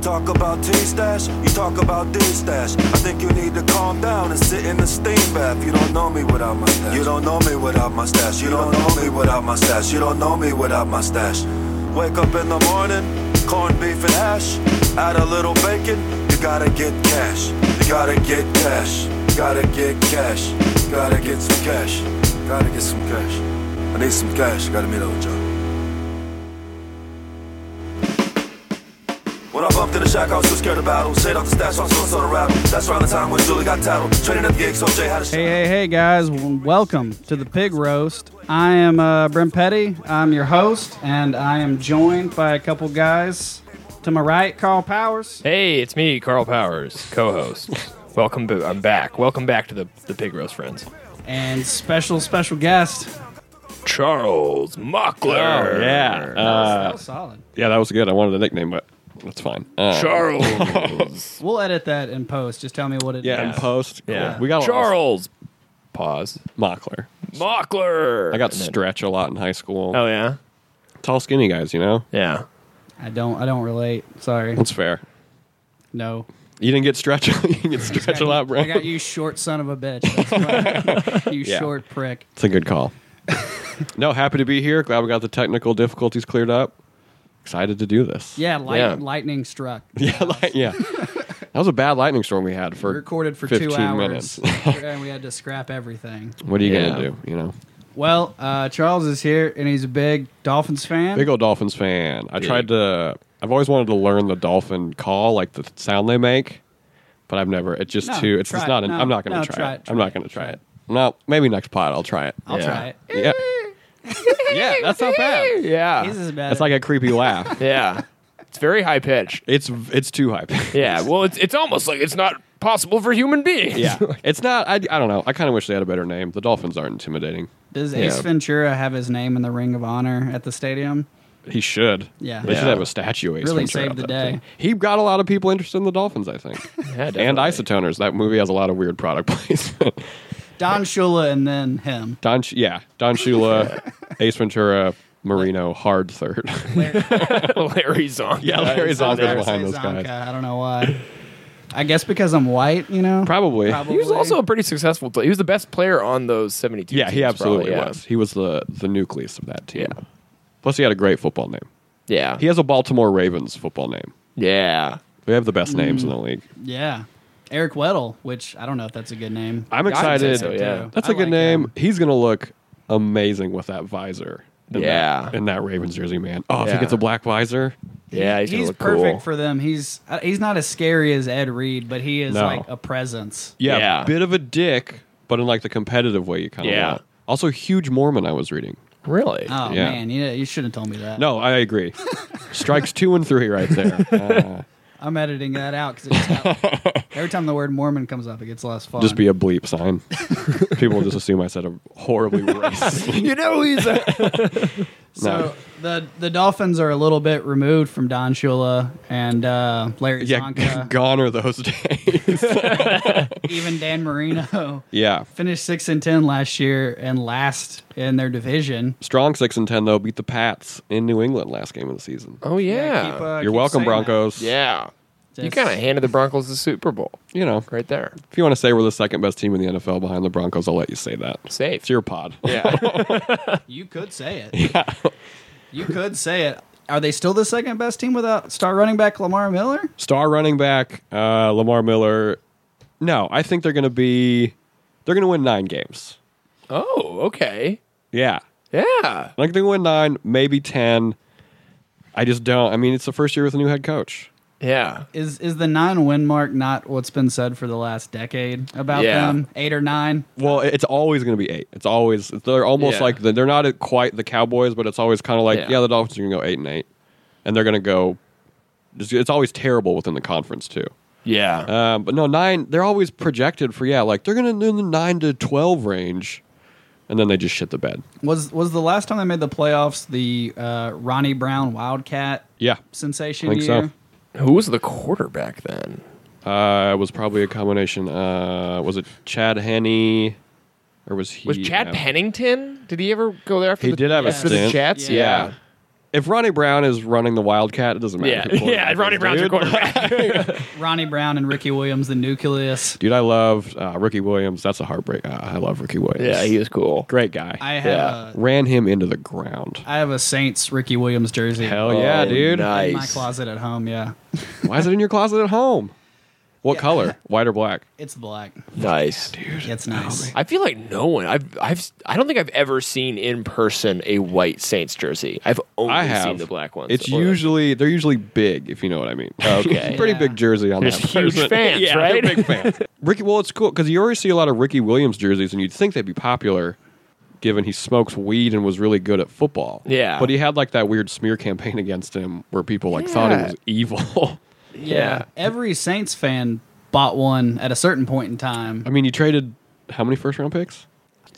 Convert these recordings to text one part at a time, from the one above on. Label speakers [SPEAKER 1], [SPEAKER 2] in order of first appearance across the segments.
[SPEAKER 1] talk about taste stash, you talk about day stash. I think you need to calm down and sit in the steam bath. You don't know me without my stash. You don't know me without my stash. You don't know me without my stash. You don't know me without my stash. Wake up in the morning, corned beef and hash. Add a little bacon, you gotta get cash. You gotta get cash. Gotta get cash. Gotta get some cash. Gotta get some cash. I need some cash. Gotta meet up with y'all. When I bumped in the shack, I was too scared of battle. Shade off the stash, I was still sort of rattled. That's around the time when Julie got tattled. Training at the gig, so Jay had a shot.
[SPEAKER 2] Hey, hey, hey, guys. W- Welcome to the Pig Roast. I am uh, Brent Petty. I'm your host, and I am joined by a couple guys. To my right, Carl Powers.
[SPEAKER 3] Hey, it's me, Carl Powers, co-host. Welcome, bo- I'm back. Welcome back to the the Pig Roast friends.
[SPEAKER 2] And special, special guest.
[SPEAKER 3] Charles
[SPEAKER 2] Oh,
[SPEAKER 3] Mockler.
[SPEAKER 4] yeah.
[SPEAKER 2] that was solid.
[SPEAKER 4] yeah, that was good. I wanted the nickname, but that's fine. Uh,
[SPEAKER 3] Charles.
[SPEAKER 2] We'll edit that in post. Just tell me what it
[SPEAKER 4] yeah, and post. cool.
[SPEAKER 3] yeah,
[SPEAKER 4] We got a lot of
[SPEAKER 3] Charles. Pause.
[SPEAKER 4] Mockler.
[SPEAKER 3] Mockler.
[SPEAKER 4] I got
[SPEAKER 3] And then-
[SPEAKER 4] stretch a lot in high school.
[SPEAKER 3] Oh yeah,
[SPEAKER 4] Tall, skinny guys, you know?
[SPEAKER 3] yeah.
[SPEAKER 2] I don't. I don't relate. Sorry.
[SPEAKER 4] That's fair.
[SPEAKER 2] No.
[SPEAKER 4] You didn't get stretch. you didn't get stretch a lot, bro.
[SPEAKER 2] I got you, short son of a bitch. That's right. you
[SPEAKER 4] Yeah.
[SPEAKER 2] short prick.
[SPEAKER 4] It's a good call. no, happy to be here. Glad we got the technical difficulties cleared up. Excited to do this.
[SPEAKER 2] Yeah, light,
[SPEAKER 3] Yeah.
[SPEAKER 2] lightning struck.
[SPEAKER 4] Yeah, like, yeah. That was a bad lightning storm we had for
[SPEAKER 2] We recorded for
[SPEAKER 4] 15
[SPEAKER 2] two hours,
[SPEAKER 4] minutes.
[SPEAKER 2] and we had to scrap everything.
[SPEAKER 4] what are you
[SPEAKER 3] Yeah.
[SPEAKER 4] gonna do? You know,
[SPEAKER 2] Well, uh, Charles is here, and he's a big Dolphins fan.
[SPEAKER 4] big old Dolphins fan. I tried to. I've always wanted to learn the dolphin call, like the sound they make, but I've never. It's just
[SPEAKER 2] No,
[SPEAKER 4] too. It's
[SPEAKER 2] try
[SPEAKER 4] just
[SPEAKER 2] it.
[SPEAKER 4] not. An,
[SPEAKER 2] No,
[SPEAKER 4] I'm not gonna
[SPEAKER 2] no,
[SPEAKER 4] try,
[SPEAKER 2] try
[SPEAKER 4] it.
[SPEAKER 2] it, try
[SPEAKER 4] I'm not
[SPEAKER 2] it,
[SPEAKER 4] gonna try
[SPEAKER 2] try
[SPEAKER 4] it. No, maybe next pod I'll try it.
[SPEAKER 2] I'll
[SPEAKER 3] Yeah.
[SPEAKER 2] try it.
[SPEAKER 4] yeah. yeah, that's not bad.
[SPEAKER 3] Yeah,
[SPEAKER 2] His is better.
[SPEAKER 4] That's like a creepy laugh.
[SPEAKER 3] yeah. It's very high pitched.
[SPEAKER 4] It's it's too hype.
[SPEAKER 3] Yeah. Well, it's it's almost like it's not possible for human beings.
[SPEAKER 4] yeah. It's not. I, I don't know. I kind of wish they had a better name. The dolphins aren't intimidating.
[SPEAKER 2] Does Ace
[SPEAKER 3] Yeah.
[SPEAKER 2] Ventura have his name in the Ring of Honor at the stadium?
[SPEAKER 4] He should.
[SPEAKER 2] Yeah.
[SPEAKER 4] They should
[SPEAKER 3] Yeah.
[SPEAKER 4] have a statue. Ace
[SPEAKER 2] Really
[SPEAKER 4] Ventura
[SPEAKER 2] saved
[SPEAKER 4] out
[SPEAKER 2] the
[SPEAKER 4] there.
[SPEAKER 2] day.
[SPEAKER 4] He got a lot of people interested in the dolphins. I think.
[SPEAKER 3] Yeah,
[SPEAKER 4] and
[SPEAKER 3] definitely.
[SPEAKER 4] isotoners. That movie has a lot of weird product placement.
[SPEAKER 2] Don Shula and then him.
[SPEAKER 4] Don, Sh- yeah, Don Shula, Ace Ventura, Marino, hard third.
[SPEAKER 3] Larry Zonka.
[SPEAKER 4] yeah, Larry
[SPEAKER 2] I was
[SPEAKER 4] Zonka's
[SPEAKER 2] gonna
[SPEAKER 4] behind
[SPEAKER 2] say
[SPEAKER 4] those
[SPEAKER 2] Zonka.
[SPEAKER 4] guys.
[SPEAKER 2] I don't know why. I guess because I'm white, you know.
[SPEAKER 4] Probably.
[SPEAKER 2] Probably.
[SPEAKER 3] He was also a pretty successful player. He was the best player on those 72
[SPEAKER 4] Yeah, he
[SPEAKER 3] teams,
[SPEAKER 4] absolutely
[SPEAKER 3] probably, yeah.
[SPEAKER 4] was. He was the the nucleus of that team.
[SPEAKER 3] Yeah.
[SPEAKER 4] Plus, he had a great football name.
[SPEAKER 3] Yeah.
[SPEAKER 4] He has a Baltimore Ravens football name.
[SPEAKER 3] yeah.
[SPEAKER 4] We have the best names in
[SPEAKER 2] Mm.
[SPEAKER 4] the league.
[SPEAKER 2] Yeah, Eric Weddle, which I don't know if that's a good name.
[SPEAKER 4] I'm
[SPEAKER 3] Yeah, I would say
[SPEAKER 4] excited.
[SPEAKER 3] so, yeah.
[SPEAKER 4] That's
[SPEAKER 2] a
[SPEAKER 4] a good name. He's gonna look amazing with that visor. in
[SPEAKER 3] Yeah.
[SPEAKER 4] that, in that Ravens jersey, man. Oh, if
[SPEAKER 3] Yeah.
[SPEAKER 4] he gets a black visor,
[SPEAKER 3] Yeah, he's,
[SPEAKER 2] He's,
[SPEAKER 3] gonna look
[SPEAKER 2] perfect
[SPEAKER 3] cool.
[SPEAKER 2] for them. He's uh, he's not as scary as Ed Reed, but he is
[SPEAKER 4] No.
[SPEAKER 2] like a presence.
[SPEAKER 4] yeah,
[SPEAKER 3] Yeah.
[SPEAKER 4] bit of a dick, but in like the competitive way you kind of
[SPEAKER 3] Yeah.
[SPEAKER 4] want. Also, huge Mormon. I was reading.
[SPEAKER 3] really.
[SPEAKER 2] Oh
[SPEAKER 4] Yeah.
[SPEAKER 2] man, you, you shouldn't have told me that.
[SPEAKER 4] No, I agree. Strikes two and three right there. Uh,
[SPEAKER 2] I'm editing that out because every time the word Mormon comes up, it gets less fun.
[SPEAKER 4] just be a bleep sign. People will just assume I said a horribly racist.
[SPEAKER 3] you know he's a
[SPEAKER 2] so the the Dolphins are a little bit removed from Don Shula and uh, Larry
[SPEAKER 4] yeah,
[SPEAKER 2] Zonka,
[SPEAKER 4] gone are those days.
[SPEAKER 2] even Dan Marino.
[SPEAKER 4] yeah,
[SPEAKER 2] Finished six and ten last year and last in their division.
[SPEAKER 4] strong six and ten though. Beat the Pats in New England last game of the season.
[SPEAKER 3] Oh yeah.
[SPEAKER 2] keep, uh,
[SPEAKER 4] You're
[SPEAKER 2] keep
[SPEAKER 4] welcome,
[SPEAKER 2] saying that.
[SPEAKER 4] Broncos.
[SPEAKER 3] yeah. You
[SPEAKER 2] Just-
[SPEAKER 3] kind of handed the Broncos the Super Bowl
[SPEAKER 4] you know,
[SPEAKER 3] right there.
[SPEAKER 4] if you want to say we're the second best team in the NFL behind the Broncos, I'll let you say that.
[SPEAKER 3] Safe.
[SPEAKER 4] It's your pod.
[SPEAKER 3] Yeah.
[SPEAKER 2] You could say it. you could say it. Are they still the second best team without star running back Lamar Miller?
[SPEAKER 4] Star running back uh, Lamar Miller. No, I think they're going to be. They're going to win nine games.
[SPEAKER 3] oh, okay.
[SPEAKER 4] Yeah,
[SPEAKER 3] Yeah.
[SPEAKER 4] like they win nine, maybe ten. I just don't. I mean, it's the first year with a new head coach.
[SPEAKER 3] Yeah.
[SPEAKER 2] Is is the nine win mark not what's been said for the last decade about
[SPEAKER 3] Yeah.
[SPEAKER 2] them? Eight or nine?
[SPEAKER 4] Well, it's always going to be eight. It's always they're almost
[SPEAKER 3] Yeah.
[SPEAKER 4] like the, they're not quite the Cowboys, but it's always kind of like
[SPEAKER 3] Yeah.
[SPEAKER 4] yeah. the Dolphins are going to go eight and eight, and they're going to go. It's it's always terrible within the conference too.
[SPEAKER 3] Yeah.
[SPEAKER 4] Um, but no, nine. They're always projected for yeah, like they're gonna in the nine to twelve range, and then they just shit the bed.
[SPEAKER 2] Was was the last time they made the playoffs the uh, Ronnie Brown Wildcat
[SPEAKER 4] Yeah,
[SPEAKER 2] sensation
[SPEAKER 4] I think so.
[SPEAKER 2] year?
[SPEAKER 3] Who was the quarterback then?
[SPEAKER 4] uh, it was probably a combination. Uh, was it Chad Henney, or was he?
[SPEAKER 3] Was Chad
[SPEAKER 4] yeah.
[SPEAKER 3] Pennington? Did he ever go there after
[SPEAKER 4] He
[SPEAKER 3] the,
[SPEAKER 4] did have a
[SPEAKER 3] after the
[SPEAKER 4] stint.
[SPEAKER 3] Jets?
[SPEAKER 2] Yeah.
[SPEAKER 4] Yeah. If Ronnie Brown is running the Wildcat, it doesn't matter.
[SPEAKER 3] Yeah,
[SPEAKER 4] who
[SPEAKER 3] yeah.
[SPEAKER 4] quarterback is,
[SPEAKER 3] Ronnie Brown's your
[SPEAKER 4] dude.
[SPEAKER 3] quarterback.
[SPEAKER 2] Ronnie Brown and Ricky Williams, the nucleus.
[SPEAKER 4] Dude, I love uh, Ricky Williams. That's a heartbreak. Uh, I love Ricky Williams.
[SPEAKER 3] yeah, he was cool.
[SPEAKER 4] great guy.
[SPEAKER 3] uh,
[SPEAKER 2] I have
[SPEAKER 3] Yeah.
[SPEAKER 2] a
[SPEAKER 4] Ran him into the ground.
[SPEAKER 2] I have a Saints Ricky Williams jersey
[SPEAKER 4] Hell yeah,
[SPEAKER 3] Oh,
[SPEAKER 4] dude.
[SPEAKER 2] in my
[SPEAKER 3] Nice.
[SPEAKER 2] closet at home. Yeah,
[SPEAKER 4] Why is it in your closet at home? What color? White or black?
[SPEAKER 2] it's black.
[SPEAKER 3] Nice.
[SPEAKER 2] It's nice.
[SPEAKER 3] I feel like no one. I've I've I don't think I've ever seen in person a white Saints jersey. I've only
[SPEAKER 4] I have
[SPEAKER 3] seen the black ones.
[SPEAKER 4] It's
[SPEAKER 3] Or-
[SPEAKER 4] usually they're usually big, if you know what I mean. Uh,
[SPEAKER 3] Okay.
[SPEAKER 4] pretty
[SPEAKER 2] Yeah.
[SPEAKER 4] big jersey on
[SPEAKER 3] They're
[SPEAKER 4] that.
[SPEAKER 3] just huge
[SPEAKER 4] person.
[SPEAKER 3] fans,
[SPEAKER 4] yeah,
[SPEAKER 3] right?
[SPEAKER 4] They're big fans. Ricky, well, it's cool because you already see a lot of Ricky Williams jerseys, and you'd think they'd be popular, given he smokes weed and was really good at football.
[SPEAKER 3] Yeah.
[SPEAKER 4] but he had like that weird smear campaign against him where people like thought he
[SPEAKER 3] Yeah.
[SPEAKER 4] was evil.
[SPEAKER 3] yeah.
[SPEAKER 2] Every Saints fan bought one at a certain point in time.
[SPEAKER 4] I mean, you traded how many first round picks?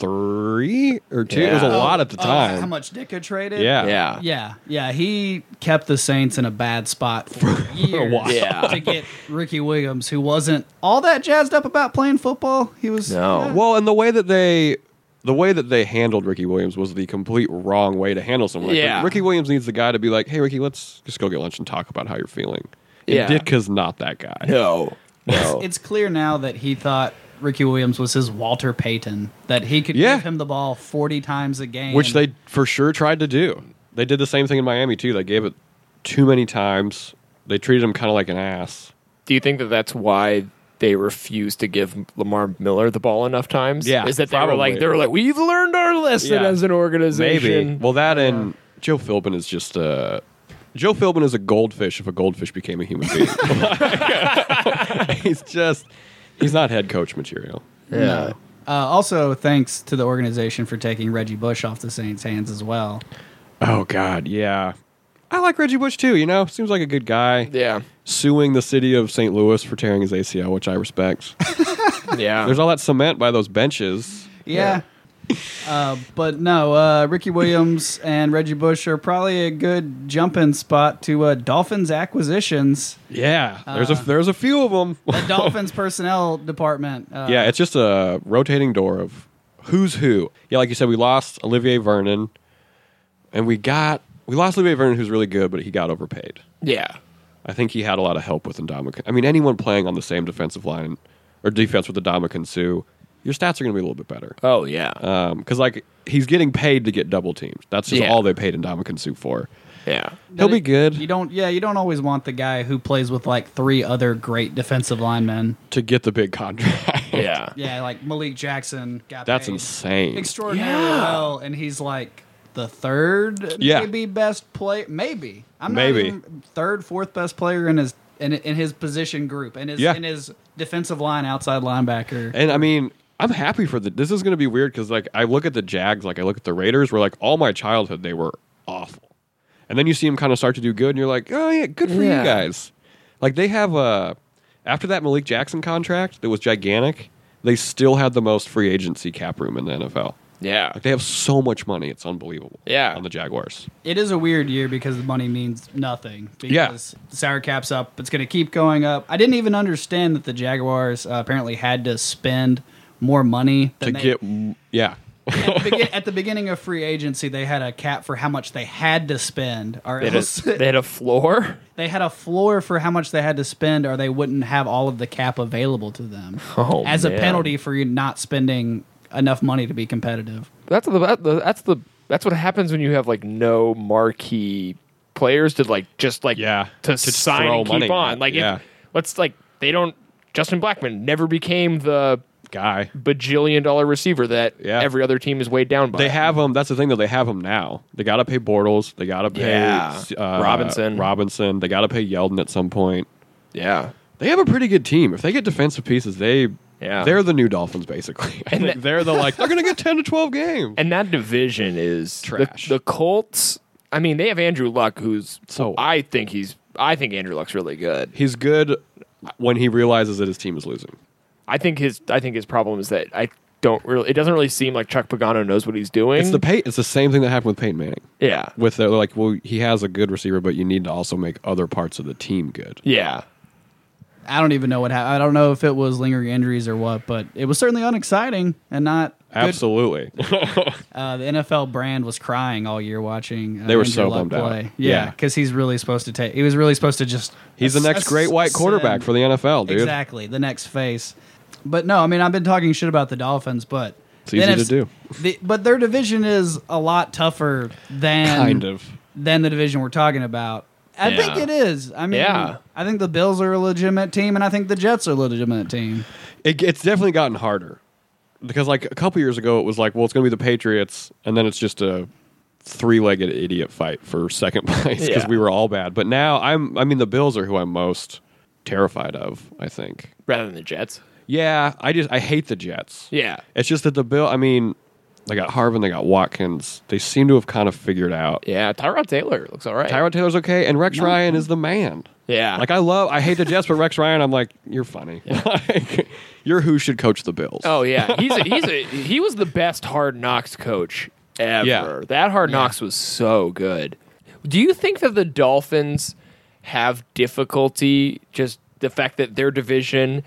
[SPEAKER 4] Three or two? It was a
[SPEAKER 3] Yeah.
[SPEAKER 4] lot at the
[SPEAKER 2] Oh,
[SPEAKER 4] time.
[SPEAKER 2] how much Dicka traded?
[SPEAKER 4] Yeah.
[SPEAKER 3] yeah,
[SPEAKER 2] Yeah, yeah, he kept the Saints in a bad spot for years
[SPEAKER 4] while.
[SPEAKER 3] Yeah.
[SPEAKER 2] to get Ricky Williams, who wasn't all that jazzed up about playing football. He was
[SPEAKER 3] No.
[SPEAKER 2] yeah.
[SPEAKER 4] Well, and the way that they the way that they handled Ricky Williams was the complete wrong way to handle someone. Like,
[SPEAKER 3] Yeah.
[SPEAKER 4] Ricky Williams needs the guy to be like, "Hey, Ricky, let's just go get lunch and talk about how you're feeling." And
[SPEAKER 3] Yeah.
[SPEAKER 4] Ditka's not that guy.
[SPEAKER 3] No, no.
[SPEAKER 2] it's clear now that he thought Ricky Williams was his Walter Payton, that he could
[SPEAKER 4] Yeah.
[SPEAKER 2] give him the ball forty times a game,
[SPEAKER 4] Which they for sure tried to do. They did the same thing in Miami too. They gave it too many times. They treated him kind of like an ass.
[SPEAKER 3] Do you think that that's why? They refused to give Lamar Miller the ball enough times.
[SPEAKER 4] Yeah,
[SPEAKER 3] is that they were
[SPEAKER 4] probably.
[SPEAKER 3] like they were like we've learned our lesson
[SPEAKER 4] Yeah.
[SPEAKER 3] as an organization.
[SPEAKER 4] Maybe. Well, that and Joe Philbin is just a. Joe Philbin is a goldfish if a goldfish became a human being. he's just. He's not head coach material.
[SPEAKER 3] yeah,
[SPEAKER 2] Uh, also, thanks to the organization for taking Reggie Bush off the Saints' hands as well.
[SPEAKER 4] Oh, God. Yeah. I like Reggie Bush too, you know? Seems like a good guy.
[SPEAKER 3] yeah,
[SPEAKER 4] Suing the city of St. Louis for tearing his ACL, which I respect.
[SPEAKER 3] yeah.
[SPEAKER 4] There's all that cement by those benches.
[SPEAKER 2] Yeah. uh, but no, uh, Ricky Williams and Reggie Bush are probably a good jump-in spot to uh, Dolphins acquisitions.
[SPEAKER 4] Yeah. There's a there's a few of them.
[SPEAKER 2] The Dolphins personnel department. Uh,
[SPEAKER 4] Yeah, it's just a rotating door of who's who. Yeah, like you said, we lost Olivier Vernon, and we got we lost Olivier Vernon, who's really good, but he got overpaid.
[SPEAKER 3] yeah.
[SPEAKER 4] I think he had a lot of help with Indomitian. I mean, anyone playing on the same defensive line or defense with Indomitian Sue, your stats are going to be a little bit better
[SPEAKER 3] Oh yeah.
[SPEAKER 4] because like he's getting paid to get double teamed. That's just
[SPEAKER 3] Yeah.
[SPEAKER 4] all they paid Indomitian Sue for.
[SPEAKER 3] yeah.
[SPEAKER 4] He'll be good
[SPEAKER 2] You don't. Yeah, you don't always want the guy who plays with like three other great defensive linemen.
[SPEAKER 4] to get the big contract.
[SPEAKER 3] Yeah.
[SPEAKER 2] Yeah, like Malik Jackson got
[SPEAKER 4] that's
[SPEAKER 2] paid
[SPEAKER 4] insane.
[SPEAKER 2] extraordinarily
[SPEAKER 3] Yeah.
[SPEAKER 2] well, and he's like the third,
[SPEAKER 4] Yeah.
[SPEAKER 2] maybe best play, maybe I'm not
[SPEAKER 4] Maybe.
[SPEAKER 2] even third, fourth best player in his in, in his position group, and his
[SPEAKER 4] Yeah.
[SPEAKER 2] in his defensive line outside linebacker.
[SPEAKER 4] And I mean, I'm happy for the. This is going to be weird because like I look at the Jags, like I look at the Raiders, where like all my childhood they were awful, and then you see them kind of start to do good, and you're like, oh yeah, good for
[SPEAKER 3] Yeah.
[SPEAKER 4] you guys. Like they have a after that Malik Jackson contract that was gigantic, they still had the most free agency cap room in the NFL.
[SPEAKER 3] Yeah.
[SPEAKER 4] Like they have so much money, it's unbelievable.
[SPEAKER 3] Yeah.
[SPEAKER 4] on the Jaguars.
[SPEAKER 2] It is a weird year because the money means nothing.
[SPEAKER 4] Yeah.
[SPEAKER 2] Because the salary cap's up, it's going to keep going up. I didn't even understand that the Jaguars uh, apparently had to spend more money
[SPEAKER 4] To
[SPEAKER 2] than they-
[SPEAKER 4] get yeah,
[SPEAKER 2] at, the begin- at the beginning of free agency, they had a cap for how much they had to spend, or
[SPEAKER 3] They had,
[SPEAKER 2] else
[SPEAKER 3] a, they had a floor.
[SPEAKER 2] they had a floor for how much they had to spend, or they wouldn't have all of the cap available to them
[SPEAKER 3] Oh,
[SPEAKER 2] as a
[SPEAKER 3] man.
[SPEAKER 2] penalty for you not spending enough money to be competitive.
[SPEAKER 3] That's the that- the- that's the that's what happens when you have like no marquee players to like just like
[SPEAKER 4] Yeah.
[SPEAKER 3] to,
[SPEAKER 4] To
[SPEAKER 3] sign
[SPEAKER 4] throw
[SPEAKER 3] and
[SPEAKER 4] money
[SPEAKER 3] keep on.
[SPEAKER 4] at.
[SPEAKER 3] Like
[SPEAKER 4] Yeah.
[SPEAKER 3] if, let's like they don't. Justin Blackman never became the
[SPEAKER 4] guy.
[SPEAKER 3] bajillion dollar receiver that
[SPEAKER 4] Yeah.
[SPEAKER 3] every other team is weighed down by.
[SPEAKER 4] They have them. That's the thing, though. They have them now. They got to pay Bortles. They got to pay
[SPEAKER 3] Yeah.
[SPEAKER 4] uh,
[SPEAKER 3] Robinson.
[SPEAKER 4] Robinson. They got to pay Yeldon at some point.
[SPEAKER 3] yeah.
[SPEAKER 4] They have a pretty good team. If they get defensive pieces, they
[SPEAKER 3] Yeah.
[SPEAKER 4] they're the new Dolphins basically. I think they're the like they're gonna get ten to twelve games.
[SPEAKER 3] And that division is the-
[SPEAKER 4] Trash.
[SPEAKER 3] The, Colts. I mean, they have Andrew Luck, who's
[SPEAKER 4] So-
[SPEAKER 3] I think he's I think Andrew Luck's really good.
[SPEAKER 4] He's good when he realizes that his team is losing.
[SPEAKER 3] I think his I think his problem is that I don't really it doesn't really seem like Chuck Pagano knows what he's doing.
[SPEAKER 4] It's the pay, It's the same thing that happened with Peyton Manning.
[SPEAKER 3] yeah.
[SPEAKER 4] With the like, well, he has a good receiver, but you need to also make other parts of the team good.
[SPEAKER 3] Yeah.
[SPEAKER 2] I don't even know what happened. I don't know if it was lingering injuries or what, but it was certainly unexciting and not good.
[SPEAKER 4] Absolutely.
[SPEAKER 2] Uh, the NFL brand was crying all year watching. Uh,
[SPEAKER 4] They were
[SPEAKER 2] Andrew
[SPEAKER 4] so
[SPEAKER 2] Luck
[SPEAKER 4] bummed out.
[SPEAKER 2] play.
[SPEAKER 4] Yeah.
[SPEAKER 2] Yeah, because he's really supposed to take. He was really supposed to just.
[SPEAKER 4] He's the next great white quarterback for the NFL, dude.
[SPEAKER 2] Exactly, the next face. But no, I mean I've been talking shit about the Dolphins, but
[SPEAKER 4] It's easy
[SPEAKER 2] then
[SPEAKER 4] to do.
[SPEAKER 2] The, but their division is a lot tougher than
[SPEAKER 4] Kind of.
[SPEAKER 2] than the division we're talking about. I
[SPEAKER 3] Yeah.
[SPEAKER 2] think it is. I mean,
[SPEAKER 3] Yeah.
[SPEAKER 2] I think the Bills are a legitimate team, and I think the Jets are a legitimate team.
[SPEAKER 4] It, it's definitely gotten harder because, like, a couple years ago, it was like, well, it's going to be the Patriots, and then it's just a three-legged idiot fight for second place because
[SPEAKER 3] Yeah.
[SPEAKER 4] we were all bad. But now, I'm, I mean, the Bills are who I'm most terrified of. I think.
[SPEAKER 3] rather than the Jets.
[SPEAKER 4] Yeah, I just I hate the Jets.
[SPEAKER 3] Yeah.
[SPEAKER 4] It's just that the Bill. I mean, they got Harvin, they got Watkins. They seem to have kind of figured out.
[SPEAKER 3] Yeah, Tyrod Taylor looks all right.
[SPEAKER 4] Tyrod Taylor's okay, and Rex Ryan is the man.
[SPEAKER 3] Yeah.
[SPEAKER 4] Like I love, I hate the Jets, but Rex Ryan, I'm like, you're funny. like, you're who should coach the Bills.
[SPEAKER 3] oh yeah, he's a, he's a, he was the best Hard Knocks coach ever.
[SPEAKER 4] Yeah.
[SPEAKER 3] That Hard Knocks was so good. Do you think that the Dolphins have difficulty just the fact that their division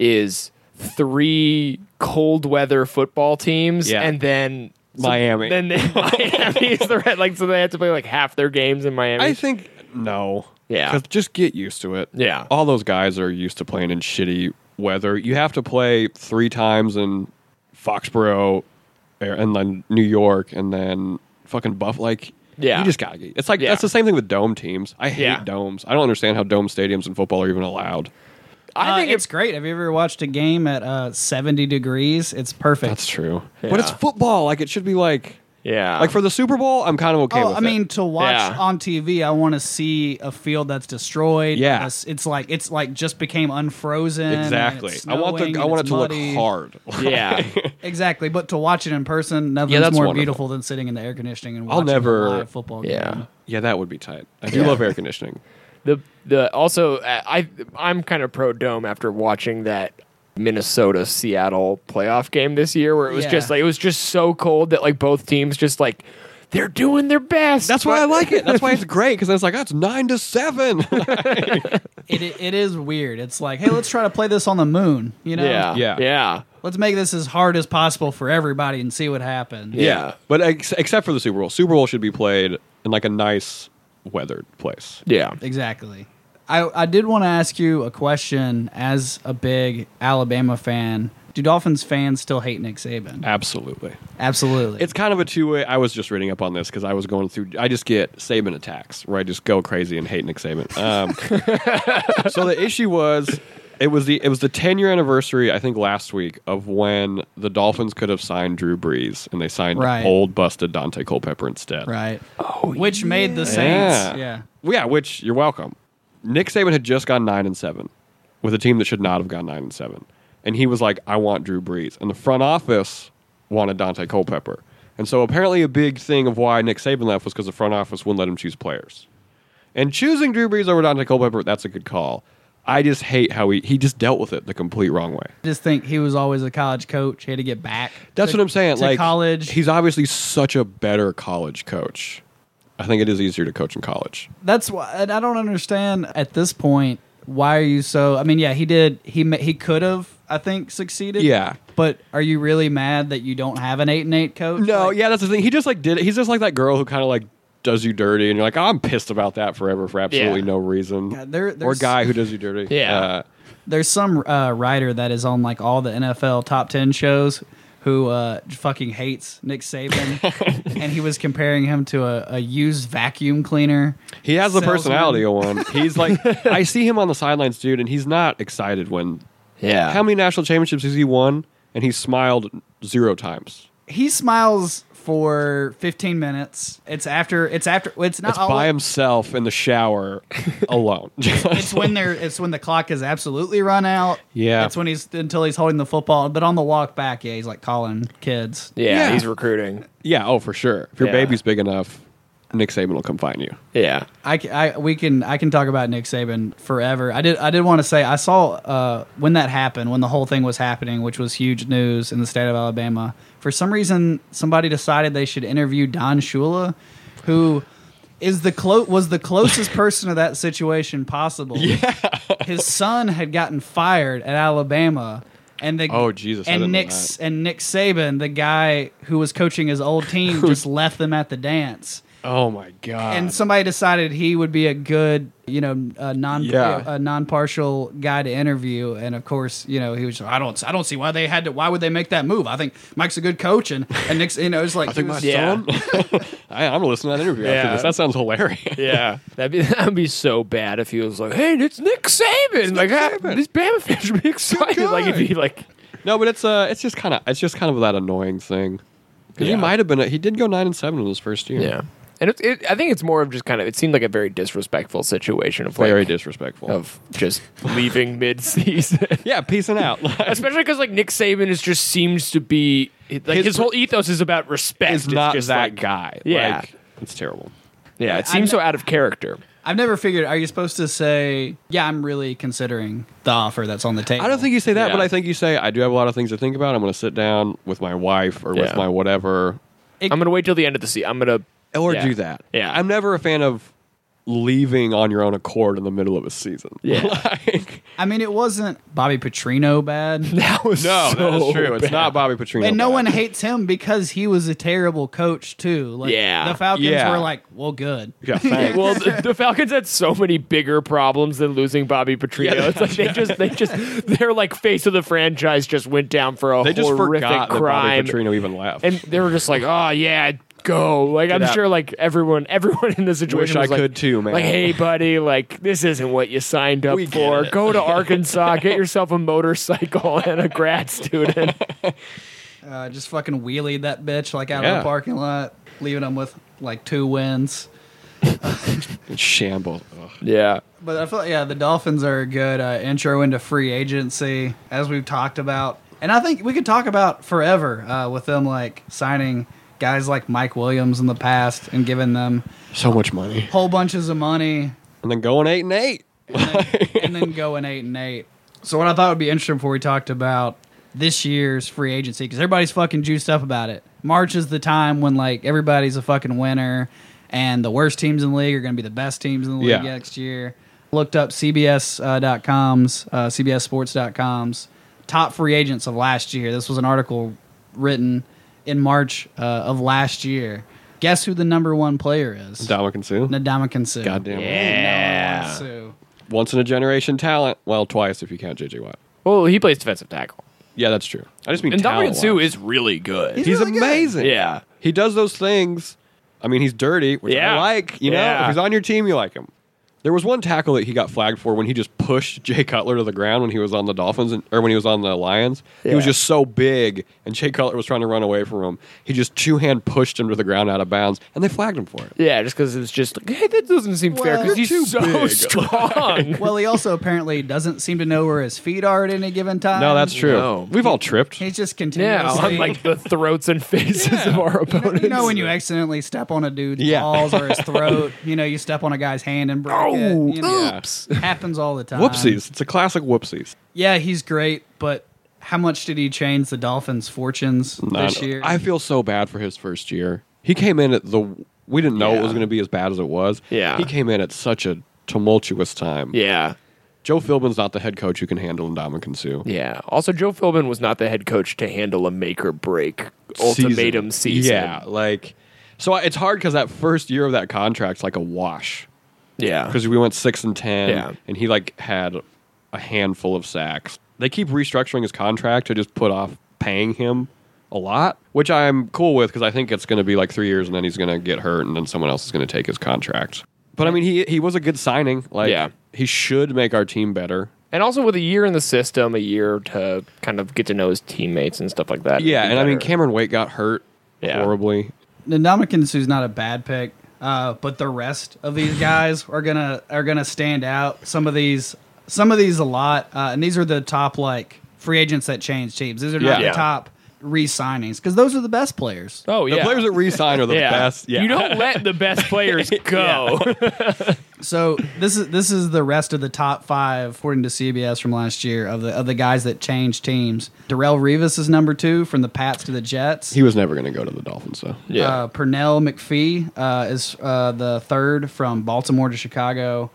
[SPEAKER 3] is three cold weather football teams
[SPEAKER 4] Yeah.
[SPEAKER 3] and then
[SPEAKER 4] Miami.
[SPEAKER 3] Then they- Miami's the red, like so they have to play like half their games in Miami.
[SPEAKER 4] I think no.
[SPEAKER 3] Yeah.
[SPEAKER 4] 'Cause just get used to it.
[SPEAKER 3] Yeah.
[SPEAKER 4] All those guys are used to playing in shitty weather. You have to play three times in Foxborough, er, and then New York, and then fucking Buff. Like,
[SPEAKER 3] Yeah.
[SPEAKER 4] you just gotta get. It's like
[SPEAKER 3] Yeah.
[SPEAKER 4] that's the same thing with dome teams. I hate
[SPEAKER 3] Yeah.
[SPEAKER 4] domes. I don't understand how dome stadiums in football are even allowed.
[SPEAKER 3] I
[SPEAKER 2] Uh,
[SPEAKER 3] think
[SPEAKER 2] it's great. Have you ever watched a game at uh, seventy degrees? It's perfect.
[SPEAKER 4] That's true.
[SPEAKER 3] Yeah.
[SPEAKER 4] But it's football. Like it should be like.
[SPEAKER 3] yeah.
[SPEAKER 4] Like for the Super Bowl, I'm kind of okay
[SPEAKER 2] Oh,
[SPEAKER 4] with
[SPEAKER 2] I
[SPEAKER 4] it.
[SPEAKER 2] mean, to watch
[SPEAKER 3] Yeah.
[SPEAKER 2] on TV, I want to see a field that's destroyed.
[SPEAKER 4] Yeah.
[SPEAKER 2] it's, it's like it's like just became unfrozen. and
[SPEAKER 4] exactly.
[SPEAKER 2] it's
[SPEAKER 4] I want
[SPEAKER 2] snowing
[SPEAKER 4] the I
[SPEAKER 2] and
[SPEAKER 4] want it
[SPEAKER 2] it's
[SPEAKER 4] to
[SPEAKER 2] muddy.
[SPEAKER 4] look hard.
[SPEAKER 3] yeah.
[SPEAKER 2] Exactly, but to watch it in person, nothing's
[SPEAKER 4] that's
[SPEAKER 2] more
[SPEAKER 4] wonderful.
[SPEAKER 2] beautiful than sitting in the air conditioning and
[SPEAKER 4] I'll
[SPEAKER 2] watching a
[SPEAKER 4] never-
[SPEAKER 2] live football game.
[SPEAKER 3] yeah.
[SPEAKER 4] yeah, that would be tight. I do love air conditioning.
[SPEAKER 3] The the also uh, I I'm kind of pro dome after watching that Minnesota Seattle playoff game this year where it was
[SPEAKER 2] Yeah.
[SPEAKER 3] just like it was just so cold that like both teams just like they're doing their best.
[SPEAKER 4] That's why I like it. That's why it's great because I was like, that's nine to seven.
[SPEAKER 2] It, it is weird. It's like, hey, let's try to play this on the moon. You know,
[SPEAKER 3] yeah.
[SPEAKER 4] Yeah.
[SPEAKER 3] Yeah.
[SPEAKER 2] let's make this as hard as possible for everybody and see what happens.
[SPEAKER 3] Yeah.
[SPEAKER 4] but ex- except for the Super Bowl, Super Bowl should be played in like a nice weathered place.
[SPEAKER 3] Yeah.
[SPEAKER 2] Exactly. I, I did want to ask you a question as a big Alabama fan. Do Dolphins fans still hate Nick Saban?
[SPEAKER 4] Absolutely,
[SPEAKER 2] Absolutely.
[SPEAKER 4] it's kind of a two way. I was just reading up on this because I was going through. I just get Saban attacks where I just go crazy and hate Nick Saban. Um, so the issue was. It was the it was the ten year anniversary I think last week of when the Dolphins could have signed Drew Brees and they signed
[SPEAKER 2] Right.
[SPEAKER 4] old busted Dante Culpepper instead.
[SPEAKER 2] right. Which made the Saints. Yeah.
[SPEAKER 4] Well, yeah, which you're welcome. Nick Saban had just gone nine and seven with a team that should not have gone nine and seven. And he was like, I want Drew Brees. And the front office wanted Dante Culpepper. And so apparently a big thing of why Nick Saban left was because the front office wouldn't let him choose players. And choosing Drew Brees over Dante Culpepper, that's a good call. I just hate how he he just dealt with it the complete wrong way.
[SPEAKER 2] I just think he was always a college coach. He had to get back.
[SPEAKER 4] That's
[SPEAKER 2] to-
[SPEAKER 4] what I'm saying.
[SPEAKER 2] to
[SPEAKER 4] like
[SPEAKER 2] college.
[SPEAKER 4] he's obviously such a better college coach. I think it is easier to coach in college.
[SPEAKER 2] That's why and I don't understand at this point why are you so I mean, yeah, he did he ma- he could have I think succeeded.
[SPEAKER 4] Yeah.
[SPEAKER 2] But are you really mad that you don't have an 8 and 8 coach?
[SPEAKER 4] No,
[SPEAKER 2] Like,
[SPEAKER 4] yeah, that's the thing. He just like did it. He's just like that girl who kind of like does you dirty, and you're like, oh, I'm pissed about that forever for absolutely
[SPEAKER 3] Yeah.
[SPEAKER 4] no reason.
[SPEAKER 2] God, there-
[SPEAKER 4] or
[SPEAKER 2] there's-
[SPEAKER 4] guy who does you dirty.
[SPEAKER 3] Yeah.
[SPEAKER 4] Uh,
[SPEAKER 2] There's some uh, writer that is on like all the NFL top 10 shows who uh, fucking hates Nick Saban and he was comparing him to a, a used vacuum cleaner.
[SPEAKER 4] he has the
[SPEAKER 2] Salesman.
[SPEAKER 4] personality of one. He's like, I see him on the sidelines, dude, and he's not excited when.
[SPEAKER 3] Yeah.
[SPEAKER 4] How many national championships has he won? And he smiled zero times.
[SPEAKER 2] He smiles for 15 minutes. It's after it's after it's not
[SPEAKER 4] It's
[SPEAKER 2] all
[SPEAKER 4] by himself in the shower alone.
[SPEAKER 2] it's when they're it's when the clock is absolutely run out.
[SPEAKER 4] Yeah.
[SPEAKER 2] It's when he's until he's holding the football. But on the walk back, yeah, he's like calling kids.
[SPEAKER 3] yeah,
[SPEAKER 4] Yeah.
[SPEAKER 3] he's recruiting.
[SPEAKER 4] yeah, oh, for sure. If your
[SPEAKER 3] Yeah.
[SPEAKER 4] baby's big enough, Nick Saban will come find you.
[SPEAKER 3] Yeah.
[SPEAKER 2] I, ca- I we can I can talk about Nick Saban forever. I did I did want to say I saw uh, when that happened when the whole thing was happening, which was huge news in the state of Alabama. For some reason, somebody decided they should interview Don Shula, who is the clo- was the closest person to that situation possible. Yeah, his son had gotten fired at Alabama, and the
[SPEAKER 4] Oh, Jesus, I
[SPEAKER 2] and
[SPEAKER 4] didn't know
[SPEAKER 2] Nick and Nick Saban, the guy who was coaching his old team, just left them at the dance.
[SPEAKER 4] Oh my god.
[SPEAKER 2] And somebody decided he would be a good, you know, a non
[SPEAKER 4] Yeah.
[SPEAKER 2] a non partial guy to interview. And of course, you know, he was. I don't I don't see why they had to. Why would they make that move? I think Mike's a good coach, and and Nick's, you know, it's like
[SPEAKER 4] I think
[SPEAKER 2] he
[SPEAKER 4] my
[SPEAKER 2] was-
[SPEAKER 3] Yeah.
[SPEAKER 4] son. I, I'm listening to that interview after
[SPEAKER 3] Yeah.
[SPEAKER 4] this. That sounds hilarious.
[SPEAKER 3] Yeah, that'd be that'd be so bad if he was like, "Hey, it's Nick Saban." like, ah, this Bama fan should be excited. Like, if he like,
[SPEAKER 4] No, but it's uh, it's just kind of it's just kind of that annoying thing because
[SPEAKER 3] Yeah.
[SPEAKER 4] he might have been a, he did go nine and seven in his first year.
[SPEAKER 3] yeah. And it, it, I think it's more of just kind of. It seemed like a very disrespectful situation of
[SPEAKER 4] very
[SPEAKER 3] like,
[SPEAKER 4] disrespectful.
[SPEAKER 3] of just leaving mid season.
[SPEAKER 4] yeah, peacing out. Like,
[SPEAKER 3] Especially because like Nick Saban is just seems to be like his,
[SPEAKER 4] His-
[SPEAKER 3] whole ethos is about respect.
[SPEAKER 4] it's not
[SPEAKER 3] just
[SPEAKER 4] that
[SPEAKER 3] like-
[SPEAKER 4] guy.
[SPEAKER 3] Yeah.
[SPEAKER 4] like, it's terrible.
[SPEAKER 3] Yeah, it seems so out of character.
[SPEAKER 2] I've never figured. Are you supposed to say, "Yeah, I'm really considering the offer that's on the table"?
[SPEAKER 4] I don't think you say that,
[SPEAKER 3] Yeah.
[SPEAKER 4] but I think you say I do have a lot of things to think about. I'm going to sit down with my wife or
[SPEAKER 3] Yeah.
[SPEAKER 4] with my whatever,
[SPEAKER 3] I'm gonna wait till the end of the season. I'm gonna
[SPEAKER 4] or
[SPEAKER 3] Yeah.
[SPEAKER 4] do that.
[SPEAKER 3] Yeah.
[SPEAKER 4] I'm never a fan of leaving on your own accord in the middle of a season.
[SPEAKER 3] Yeah.
[SPEAKER 4] like,
[SPEAKER 2] I mean, it wasn't Bobby Petrino bad,
[SPEAKER 3] that was
[SPEAKER 4] no, that
[SPEAKER 3] so
[SPEAKER 4] is true. It's
[SPEAKER 3] bad.
[SPEAKER 4] not Bobby Petrino,
[SPEAKER 2] and no
[SPEAKER 4] bad.
[SPEAKER 2] one hates him because he was a terrible coach too. Like,
[SPEAKER 3] Yeah.
[SPEAKER 2] the Falcons
[SPEAKER 4] Yeah.
[SPEAKER 2] were like, "Well, good."
[SPEAKER 4] Yeah, thanks.
[SPEAKER 3] well, the, the Falcons had so many bigger problems than losing Bobby Petrino.
[SPEAKER 4] Yeah.
[SPEAKER 3] it's like they just, they just, their like face of the franchise just went down for a
[SPEAKER 4] they just
[SPEAKER 3] horrific
[SPEAKER 4] forgot that Bobby
[SPEAKER 3] crime,
[SPEAKER 4] Petrino even left.
[SPEAKER 3] and they were just like, oh yeah, go. Like I'm
[SPEAKER 4] out.
[SPEAKER 3] sure, like everyone, everyone in the situation
[SPEAKER 4] I
[SPEAKER 3] was like,
[SPEAKER 4] could too, man.
[SPEAKER 3] Like, hey buddy, like this isn't what you signed up for. Go to Arkansas, get yourself a motorcycle and a grad student.
[SPEAKER 2] Uh, just fucking wheelied that bitch like out of
[SPEAKER 4] Yeah.
[SPEAKER 2] the parking lot, leaving him with like two wins.
[SPEAKER 4] Shambles. Ugh.
[SPEAKER 3] yeah.
[SPEAKER 2] But I feel like, yeah, the Dolphins are a good uh, intro into free agency, as we've talked about. And I think we could talk about forever uh, with them like signing guys like Mike Williams in the past and giving them
[SPEAKER 4] So much money.
[SPEAKER 2] whole bunches of money
[SPEAKER 4] And then going eight and eight.
[SPEAKER 2] and then, and then going eight and eight. So what I thought would be interesting before we talked about this year's free agency because everybody's fucking juiced up about it. March is the time when like everybody's a fucking winner, and the worst teams in the league are going to be the best teams in the league
[SPEAKER 4] Yeah.
[SPEAKER 2] next year. Looked up CBS.com's, uh, dot coms, uh, CBSSports.com's top free agents of last year. This was an article written in March uh, of last year. Guess who the number one player is?
[SPEAKER 4] Dominican Sue.
[SPEAKER 2] Ndamukong Suh.
[SPEAKER 4] Goddamn.
[SPEAKER 3] Yeah.
[SPEAKER 2] Suh.
[SPEAKER 4] Once in a generation talent. Well, twice if you count JJ Watt.
[SPEAKER 3] Well, he plays defensive tackle,
[SPEAKER 4] Yeah, that's true. I just mean
[SPEAKER 3] and Dominican
[SPEAKER 4] talent.
[SPEAKER 3] Sue is really good.
[SPEAKER 4] He's
[SPEAKER 2] really good.
[SPEAKER 4] amazing.
[SPEAKER 3] yeah.
[SPEAKER 4] He does those things. I mean, he's dirty, which
[SPEAKER 3] Yeah.
[SPEAKER 4] I like. You know,
[SPEAKER 3] Yeah.
[SPEAKER 4] if he's on your team, you like him. There was one tackle that he got flagged for when he just pushed Jay Cutler to the ground when he was on the Dolphins and, or when he was on the Lions. He was
[SPEAKER 3] Yeah.
[SPEAKER 4] just so big, and Jay Cutler was trying to run away from him. He just two hand pushed him to the ground out of bounds, and they flagged him for it.
[SPEAKER 3] Yeah, just because it's just like, hey, that doesn't seem fair
[SPEAKER 2] Well,
[SPEAKER 3] because
[SPEAKER 4] you're too
[SPEAKER 3] he's so
[SPEAKER 4] big.
[SPEAKER 3] strong.
[SPEAKER 2] Well, he also apparently doesn't seem to know where his feet are at any given time.
[SPEAKER 4] No, that's true.
[SPEAKER 3] No.
[SPEAKER 4] We've all tripped.
[SPEAKER 2] He's just
[SPEAKER 3] yeah,
[SPEAKER 2] continuously.
[SPEAKER 3] on like the throats and faces of our opponents.
[SPEAKER 2] you know when you accidentally step on a dude's
[SPEAKER 4] Yeah.
[SPEAKER 2] balls or his throat. You know, you step on a guy's hand and break
[SPEAKER 3] Oh,
[SPEAKER 2] it. You know,
[SPEAKER 3] oops.
[SPEAKER 2] happens all the time.
[SPEAKER 4] Whoopsies. It's a classic whoopsies.
[SPEAKER 2] Yeah, he's great, but how much did he change the Dolphins' fortunes this
[SPEAKER 4] Not-
[SPEAKER 2] year?
[SPEAKER 4] I feel so bad for his first year. He came in at the we didn't know
[SPEAKER 3] Yeah.
[SPEAKER 4] it was going to be as bad as it was.
[SPEAKER 3] Yeah.
[SPEAKER 4] He came in at such a tumultuous time.
[SPEAKER 3] Yeah,
[SPEAKER 4] Joe Philbin's not the head coach who can handle Ndamukong Suh.
[SPEAKER 3] yeah. Also, Joe Philbin was not the head coach to handle a make or break ultimatum season.
[SPEAKER 4] Yeah, like so I- it's hard because that first year of that contract's like a wash
[SPEAKER 3] yeah,
[SPEAKER 4] because we went six and ten,
[SPEAKER 3] Yeah.
[SPEAKER 4] and he like had a handful of sacks. They keep restructuring his contract to just put off paying him a lot, which I'm cool with because I think it's going to be like three years, and then he's going to get hurt, and then someone else is going to take his contract. But I mean, he he was a good signing. Like,
[SPEAKER 3] Yeah.
[SPEAKER 4] he should make our team better.
[SPEAKER 3] and also with a year in the system, a year to kind of get to know his teammates and stuff like that.
[SPEAKER 4] Yeah,
[SPEAKER 3] it'd
[SPEAKER 4] and
[SPEAKER 3] be
[SPEAKER 4] I mean,
[SPEAKER 3] better.
[SPEAKER 4] Cameron Wake got hurt
[SPEAKER 3] Yeah.
[SPEAKER 4] horribly.
[SPEAKER 2] Ndamukong Suh's not a bad pick, uh, but the rest of these guys are gonna are gonna stand out. Some of these, some of these a lot, uh, and these are the top like free agents that change teams. These are not
[SPEAKER 4] Yeah.
[SPEAKER 3] Yeah.
[SPEAKER 2] the top re-signings because those are the best players.
[SPEAKER 3] oh
[SPEAKER 4] The
[SPEAKER 3] yeah,
[SPEAKER 4] players that re-sign are the
[SPEAKER 3] yeah.
[SPEAKER 4] best. Yeah,
[SPEAKER 3] You don't let the best players go.
[SPEAKER 2] So this is this is the rest of the top five according to CBS from last year of the of the guys that changed teams. Darrell Rivas is number two from the Pats to the Jets.
[SPEAKER 4] he was never going to go to the Dolphins though.
[SPEAKER 3] Yeah.
[SPEAKER 2] Uh, Pernell McPhee uh, is uh, the third from Baltimore to Chicago.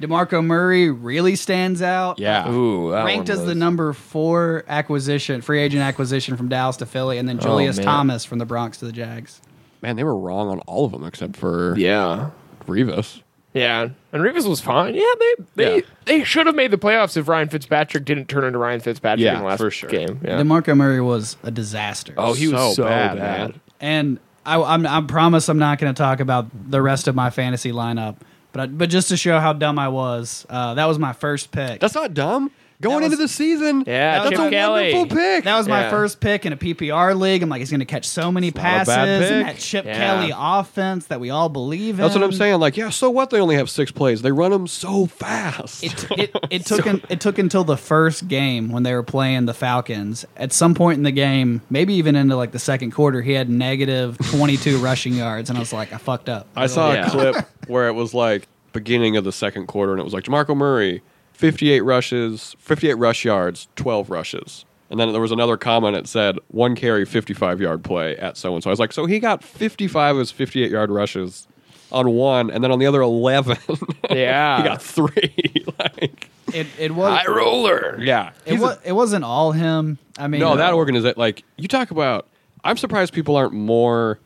[SPEAKER 2] DeMarco Murray really stands out.
[SPEAKER 4] Yeah.
[SPEAKER 3] Ooh, that
[SPEAKER 2] ranked
[SPEAKER 3] one
[SPEAKER 2] as the
[SPEAKER 3] was-
[SPEAKER 2] number four acquisition, free agent acquisition from Dallas to Philly, and then
[SPEAKER 3] Oh,
[SPEAKER 2] Julius
[SPEAKER 3] man.
[SPEAKER 2] Thomas from the Bronx to the Jags.
[SPEAKER 4] Man, they were wrong on all of them except for
[SPEAKER 3] Yeah.
[SPEAKER 4] Revis.
[SPEAKER 3] Yeah, and Revis was fine. Yeah, they they
[SPEAKER 4] Yeah.
[SPEAKER 3] they should have made the playoffs if Ryan Fitzpatrick didn't turn into Ryan Fitzpatrick
[SPEAKER 4] Yeah,
[SPEAKER 3] in the last
[SPEAKER 4] for sure.
[SPEAKER 3] game. Yeah.
[SPEAKER 2] DeMarco Murray was a disaster.
[SPEAKER 3] oh, he was so,
[SPEAKER 4] So
[SPEAKER 3] bad.
[SPEAKER 4] bad, man.
[SPEAKER 2] and I, I'm, I promise I'm not going to talk about the rest of my fantasy lineup. But I, but just to show how dumb I was, uh, that was my first pick.
[SPEAKER 4] That's not dumb. Going
[SPEAKER 2] was-
[SPEAKER 4] into the season,
[SPEAKER 3] Yeah,
[SPEAKER 4] that's
[SPEAKER 3] Chip
[SPEAKER 4] a
[SPEAKER 3] Kelly.
[SPEAKER 4] wonderful pick.
[SPEAKER 2] that was my
[SPEAKER 3] Yeah.
[SPEAKER 2] first pick in a PPR league. I'm like, he's going to catch so many
[SPEAKER 4] not a bad
[SPEAKER 2] passes and
[SPEAKER 4] pick.
[SPEAKER 2] that Chip
[SPEAKER 3] Yeah.
[SPEAKER 2] Kelly offense that we all believe in.
[SPEAKER 4] That's what I'm saying. Like, yeah, so what? They only have six plays. They run them so fast.
[SPEAKER 2] It, it, it took an, it took until the first game when they were playing the Falcons. At some point in the game, maybe even into like the second quarter, he had negative 22 rushing yards, and I was like, I fucked up.
[SPEAKER 4] I saw
[SPEAKER 3] Yeah.
[SPEAKER 4] a clip where it was like beginning of the second quarter, and it was like Demarco Murray, fifty-eight rushes, fifty-eight rush yards, twelve rushes, and then there was another comment that said one carry, fifty-five yard play at so and so. I was like, so he got fifty-five of his fifty-eight yard rushes on one, and then on the other eleven,
[SPEAKER 3] Yeah,
[SPEAKER 4] he got three. like,
[SPEAKER 2] It it was
[SPEAKER 3] high roller.
[SPEAKER 4] yeah,
[SPEAKER 2] it was it wasn't all him. I mean,
[SPEAKER 4] no, that organization. Like you talk about, I'm surprised people aren't more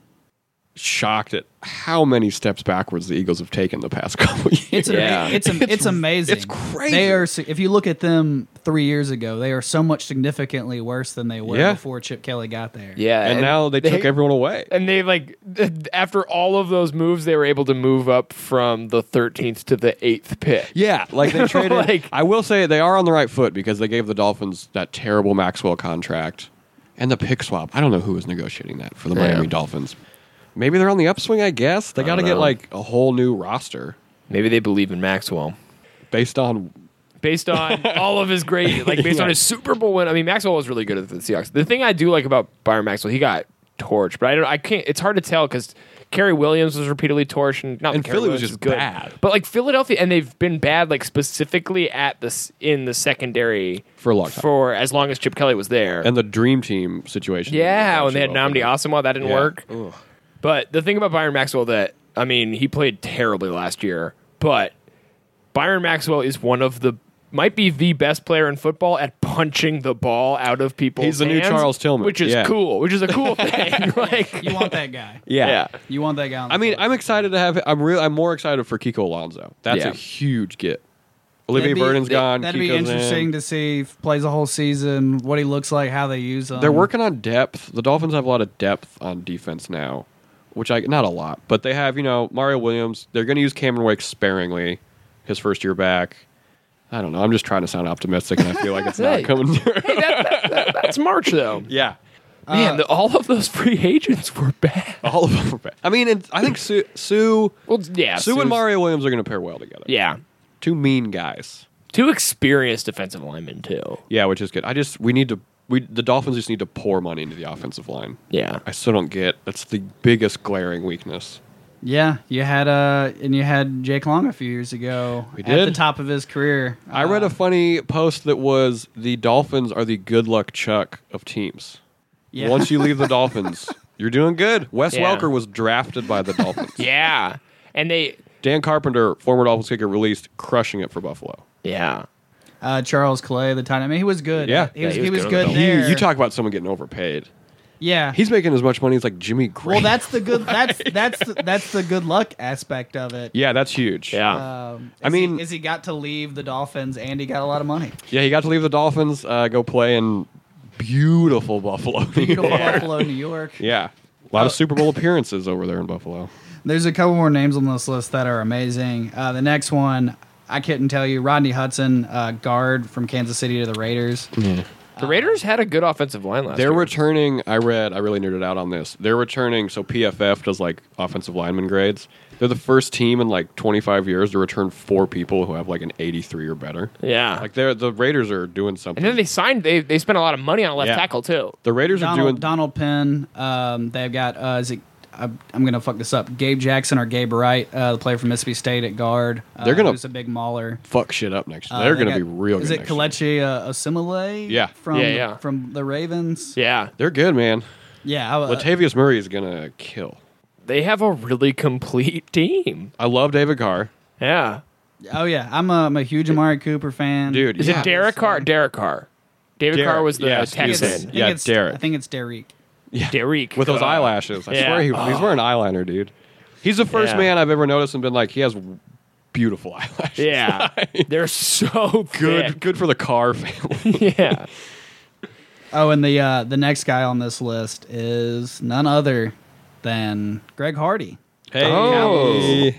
[SPEAKER 4] shocked at how many steps backwards the Eagles have taken the past couple years.
[SPEAKER 2] It's, ama-
[SPEAKER 3] Yeah.
[SPEAKER 2] it's am- it's amazing.
[SPEAKER 4] it's crazy.
[SPEAKER 2] They are si- if you look at them three years ago, they are so much significantly worse than they were
[SPEAKER 4] Yeah.
[SPEAKER 2] before Chip Kelly got there.
[SPEAKER 3] Yeah,
[SPEAKER 4] and, now they, took everyone away.
[SPEAKER 3] and they like after all of those moves, they were able to move up from the 13th to the eighth pick.
[SPEAKER 4] Yeah, like they traded.
[SPEAKER 3] Like-
[SPEAKER 4] I will say they are on the right foot because they gave the Dolphins that terrible Maxwell contract and the pick swap. I don't know who was negotiating that for the
[SPEAKER 3] Yeah.
[SPEAKER 4] Miami Dolphins. Maybe they're on the upswing. I guess they got to
[SPEAKER 3] don't
[SPEAKER 4] get
[SPEAKER 3] know.
[SPEAKER 4] like a whole new roster
[SPEAKER 3] Maybe they believe in Maxwell.
[SPEAKER 4] based on.
[SPEAKER 3] based on all of his great, like based on his Super Bowl win. I mean, Maxwell was really good at the Seahawks. The thing I do like about Byron Maxwell, he got torched, but I don't, I can't. It's hard to tell because Kerry Williams was repeatedly torched, and not
[SPEAKER 4] And
[SPEAKER 3] that Kerry
[SPEAKER 4] Philly
[SPEAKER 3] Williams
[SPEAKER 4] was just
[SPEAKER 3] is good,
[SPEAKER 4] bad.
[SPEAKER 3] But like Philadelphia, and they've been bad, like specifically at this in the secondary
[SPEAKER 4] For a long time.
[SPEAKER 3] for as long as Chip Kelly was there.
[SPEAKER 4] And the dream team situation.
[SPEAKER 3] yeah, when they had
[SPEAKER 4] Well,
[SPEAKER 3] Namdi Asamoah, that didn't
[SPEAKER 4] Yeah.
[SPEAKER 3] work. But the thing about Byron Maxwell that I mean, he played terribly last year, but Byron Maxwell is one of the might be the best player in football at punching the ball out of people's
[SPEAKER 4] He's the new
[SPEAKER 3] hands,
[SPEAKER 4] Charles Tillman.
[SPEAKER 3] which is
[SPEAKER 4] Yeah.
[SPEAKER 3] cool, which is a cool thing. like,
[SPEAKER 2] You want that guy?
[SPEAKER 4] Yeah.
[SPEAKER 3] yeah.
[SPEAKER 2] You want that guy? on the
[SPEAKER 4] I mean,
[SPEAKER 2] field.
[SPEAKER 4] I'm excited to have. I'm real. I'm more excited for Kiko Alonso. That's
[SPEAKER 3] Yeah.
[SPEAKER 4] a huge get. Olivier
[SPEAKER 2] That'd be-
[SPEAKER 4] Vernon's
[SPEAKER 2] that-
[SPEAKER 4] gone.
[SPEAKER 2] That'd be
[SPEAKER 4] Kiko's in.
[SPEAKER 2] interesting to see if plays a whole season, what he looks like, how they use him.
[SPEAKER 4] They're working on depth. The Dolphins have a lot of depth on defense now, which I not a lot, but they have you know Mario Williams. They're going to use Cameron Wake sparingly, his first year back. I don't know. I'm just trying to sound optimistic, and I feel like it's
[SPEAKER 3] Hey.
[SPEAKER 4] not coming through.
[SPEAKER 3] Hey, that, that, that- that's March though.
[SPEAKER 4] yeah,
[SPEAKER 3] Man, the, all of those free agents were bad.
[SPEAKER 4] Uh, all of them. Are bad. I mean, and I think Sue, Sue,
[SPEAKER 3] Well, yeah,
[SPEAKER 4] Sue
[SPEAKER 3] Sue's-
[SPEAKER 4] and Mario Williams are going to pair well together.
[SPEAKER 3] Yeah,
[SPEAKER 4] two mean guys.
[SPEAKER 3] two experienced defensive linemen too.
[SPEAKER 4] Yeah, which is good. I just we need to we the Dolphins just need to pour money into the offensive line.
[SPEAKER 3] Yeah,
[SPEAKER 4] I still don't get that's the biggest glaring weakness.
[SPEAKER 2] Yeah, you had uh and you had Jake Long a few years ago.
[SPEAKER 4] We
[SPEAKER 2] at the
[SPEAKER 4] did.
[SPEAKER 2] top of his career. Uh,
[SPEAKER 4] I read a funny post that was the Dolphins are the good luck Chuck of teams.
[SPEAKER 2] Yeah.
[SPEAKER 4] Once you leave the Dolphins, you're doing good. Wes
[SPEAKER 3] Yeah.
[SPEAKER 4] Welker was drafted by the Dolphins.
[SPEAKER 3] yeah, and they
[SPEAKER 4] Dan Carpenter, former Dolphins kicker, released, crushing it for Buffalo.
[SPEAKER 3] yeah.
[SPEAKER 2] uh, Charles Clay, the tight end. I mean, he was good.
[SPEAKER 4] Yeah.
[SPEAKER 2] he was,
[SPEAKER 3] Yeah,
[SPEAKER 2] he was,
[SPEAKER 3] on
[SPEAKER 2] good,
[SPEAKER 3] the
[SPEAKER 4] You,
[SPEAKER 2] there.
[SPEAKER 4] you talk about someone getting overpaid.
[SPEAKER 2] Yeah,
[SPEAKER 4] He's making as much money as like Jimmy
[SPEAKER 2] well.
[SPEAKER 4] Graham.
[SPEAKER 2] That's the good. That's that's the, that's the good luck aspect of it.
[SPEAKER 4] yeah, that's huge.
[SPEAKER 3] Yeah.
[SPEAKER 2] Um,
[SPEAKER 4] I
[SPEAKER 2] is
[SPEAKER 4] mean-
[SPEAKER 2] he, is he got to leave the Dolphins and he got a lot of money.
[SPEAKER 4] Yeah, he got to leave the Dolphins, uh, go play in beautiful Buffalo.
[SPEAKER 2] Beautiful Buffalo, New York.
[SPEAKER 4] yeah. A lot of Super Bowl appearances over there in Buffalo.
[SPEAKER 2] There's a couple more names on this list that are amazing. Uh, the next one, I couldn't tell you. Rodney Hudson, uh, guard from Kansas City to the Raiders.
[SPEAKER 4] Mm-hmm.
[SPEAKER 3] The Raiders had a good offensive line last
[SPEAKER 4] They're
[SPEAKER 3] year.
[SPEAKER 4] returning. I read. I really nerded out on this. They're returning. So PFF does like offensive lineman grades. They're the first team in like 25 years to return four people who have like an 83 or better.
[SPEAKER 3] yeah.
[SPEAKER 4] Like they're the Raiders are doing something.
[SPEAKER 3] and then they signed. They they spent a lot of money on left
[SPEAKER 4] Yeah.
[SPEAKER 3] tackle too.
[SPEAKER 4] the Raiders are
[SPEAKER 2] Donald,
[SPEAKER 4] doing.
[SPEAKER 2] Donald Penn. Um, they've got uh, is it, I'm, I'm going to fuck this up. Gabe Jackson or Gabe Wright, uh, the player from Mississippi State at guard. Uh,
[SPEAKER 4] They're gonna-
[SPEAKER 2] who's a big mauler.
[SPEAKER 4] Fuck shit up next. year.
[SPEAKER 2] Uh,
[SPEAKER 4] They're
[SPEAKER 2] they
[SPEAKER 4] going to
[SPEAKER 2] got-
[SPEAKER 4] be real good.
[SPEAKER 2] Is it
[SPEAKER 4] next year.
[SPEAKER 2] Kalechi uh, Osimile?
[SPEAKER 4] Yeah.
[SPEAKER 2] from
[SPEAKER 3] Yeah, yeah.
[SPEAKER 2] from the Ravens.
[SPEAKER 3] Yeah,
[SPEAKER 4] They're good, man.
[SPEAKER 2] yeah. I, uh,
[SPEAKER 4] Latavius Murray is going to kill.
[SPEAKER 3] they have a really complete team.
[SPEAKER 4] I love David Carr.
[SPEAKER 3] Yeah,
[SPEAKER 2] Oh yeah, I'm a, I'm a huge Amari Cooper fan,
[SPEAKER 4] Dude,
[SPEAKER 3] Is
[SPEAKER 4] yeah.
[SPEAKER 3] it Derek Carr? Derek Carr. David
[SPEAKER 4] Derek,
[SPEAKER 3] Carr was the
[SPEAKER 4] yeah,
[SPEAKER 2] I think it's-
[SPEAKER 4] excuse
[SPEAKER 2] I
[SPEAKER 3] Texan.
[SPEAKER 2] think
[SPEAKER 4] Yeah,
[SPEAKER 2] it's-
[SPEAKER 4] Derek.
[SPEAKER 2] I think it's Derek.
[SPEAKER 3] Derek
[SPEAKER 4] with those
[SPEAKER 3] Carr.
[SPEAKER 4] eyelashes. I
[SPEAKER 3] Yeah.
[SPEAKER 4] swear he, he's wearing eyeliner, dude. He's the first
[SPEAKER 3] Yeah.
[SPEAKER 4] man I've ever noticed and been like, he has beautiful eyelashes.
[SPEAKER 3] Yeah, they're so
[SPEAKER 4] good,
[SPEAKER 3] good.
[SPEAKER 4] good for the car family.
[SPEAKER 3] Yeah,
[SPEAKER 2] Oh, and the uh, the next guy on this list is none other than Greg Hardy.
[SPEAKER 4] hey,
[SPEAKER 3] Oh.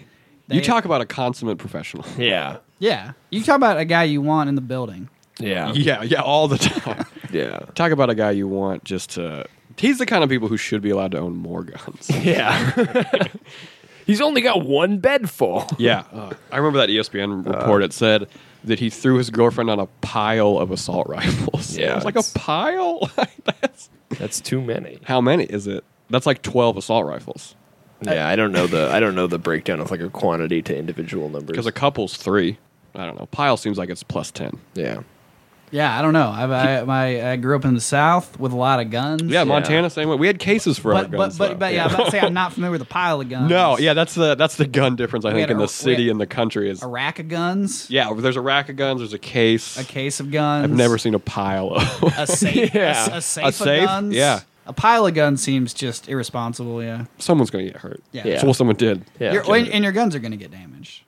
[SPEAKER 4] you talk about a consummate professional.
[SPEAKER 3] yeah,
[SPEAKER 2] Yeah, you talk about a guy you want in the building.
[SPEAKER 3] yeah,
[SPEAKER 4] Yeah, yeah, all the time.
[SPEAKER 3] yeah,
[SPEAKER 4] talk about a guy you want just to. He's the kind of people who should be allowed to own more guns.
[SPEAKER 3] yeah. He's only got one bed full.
[SPEAKER 4] yeah, uh, I remember that ESPN report. it said that he threw his girlfriend on a pile of assault rifles.
[SPEAKER 3] Yeah,
[SPEAKER 4] I was like
[SPEAKER 3] it's-
[SPEAKER 4] a pile. Like, that's
[SPEAKER 3] That's too many.
[SPEAKER 4] how many is it? That's like twelve assault rifles.
[SPEAKER 3] Yeah, I don't know the I don't know the breakdown of like a quantity to individual numbers.
[SPEAKER 4] Because a couple's three. I don't know. Pile seems like it's plus ten.
[SPEAKER 3] yeah,
[SPEAKER 2] Yeah, I don't know. I've, I my I grew up in the South with a lot of guns.
[SPEAKER 4] Yeah, Montana same way. We had cases for
[SPEAKER 2] but
[SPEAKER 4] our guns.
[SPEAKER 2] but
[SPEAKER 4] though.
[SPEAKER 2] but, but yeah, I'm about to say I'm not familiar with a pile of guns.
[SPEAKER 4] No, yeah, that's the that's the gun difference. I think
[SPEAKER 2] had
[SPEAKER 4] in
[SPEAKER 2] a-
[SPEAKER 4] the
[SPEAKER 2] we
[SPEAKER 4] city
[SPEAKER 2] had-
[SPEAKER 4] and the country is
[SPEAKER 2] a rack of guns,
[SPEAKER 4] yeah. There's a rack of guns. There's a case.
[SPEAKER 2] a case of guns.
[SPEAKER 4] I've never seen a pile of.
[SPEAKER 2] a safe. a s-
[SPEAKER 3] Yeah.
[SPEAKER 2] a, safe
[SPEAKER 4] A
[SPEAKER 2] of
[SPEAKER 4] safe?
[SPEAKER 2] guns.
[SPEAKER 4] Yeah.
[SPEAKER 2] a pile of guns seems just irresponsible. Yeah,
[SPEAKER 4] Someone's gonna get hurt.
[SPEAKER 2] Yeah.
[SPEAKER 4] That's what someone did.
[SPEAKER 3] Yeah.
[SPEAKER 2] your, and, and your guns are going to get damaged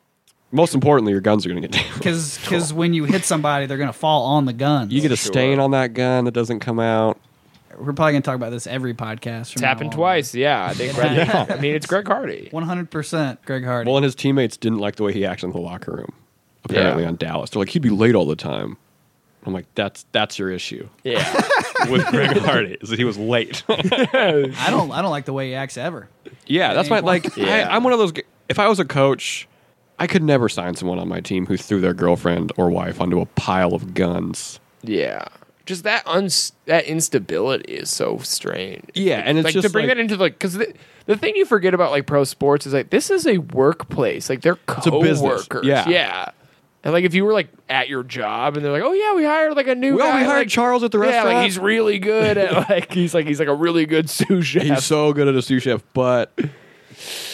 [SPEAKER 4] Most importantly, your guns are gonna get damaged.
[SPEAKER 2] because when you hit somebody, they're going to fall on the gun.
[SPEAKER 4] You get a
[SPEAKER 3] Sure.
[SPEAKER 4] stain on that gun that doesn't come out.
[SPEAKER 2] We're probably going to talk about this every podcast.
[SPEAKER 3] it's happened twice. Yeah, I think. Greg, I mean, it's Greg Hardy.
[SPEAKER 2] One hundred percent, Greg Hardy.
[SPEAKER 4] Well, and his teammates didn't like the way he acted in the locker room. Apparently
[SPEAKER 3] Yeah.
[SPEAKER 4] on Dallas, they're like he'd be late all the time. I'm like, that's that's your issue.
[SPEAKER 3] Yeah,
[SPEAKER 4] with Greg Hardy is that he was late.
[SPEAKER 2] I don't. I don't like the way he acts ever.
[SPEAKER 4] yeah, that's why. Like,
[SPEAKER 3] Yeah.
[SPEAKER 4] I, I'm one of those. g- If I was a coach, I could never sign someone on my team who threw their girlfriend or wife onto a pile of guns.
[SPEAKER 3] yeah. Just that uns that instability is so strange.
[SPEAKER 4] Yeah, and it's
[SPEAKER 3] like
[SPEAKER 4] just
[SPEAKER 3] to bring
[SPEAKER 4] like-
[SPEAKER 3] that into like because the, the thing you forget about like pro sports is like this is a workplace like they're
[SPEAKER 4] a
[SPEAKER 3] coworkers
[SPEAKER 4] business. Yeah.
[SPEAKER 3] yeah and like if you were like at your job and they're like oh yeah we hired like a new
[SPEAKER 4] Well,
[SPEAKER 3] guy
[SPEAKER 4] we hired
[SPEAKER 3] like-
[SPEAKER 4] Charles at the
[SPEAKER 3] yeah
[SPEAKER 4] restaurant.
[SPEAKER 3] like he's really good at like he's like he's like a really good sous chef
[SPEAKER 4] He's so good at a sous chef, but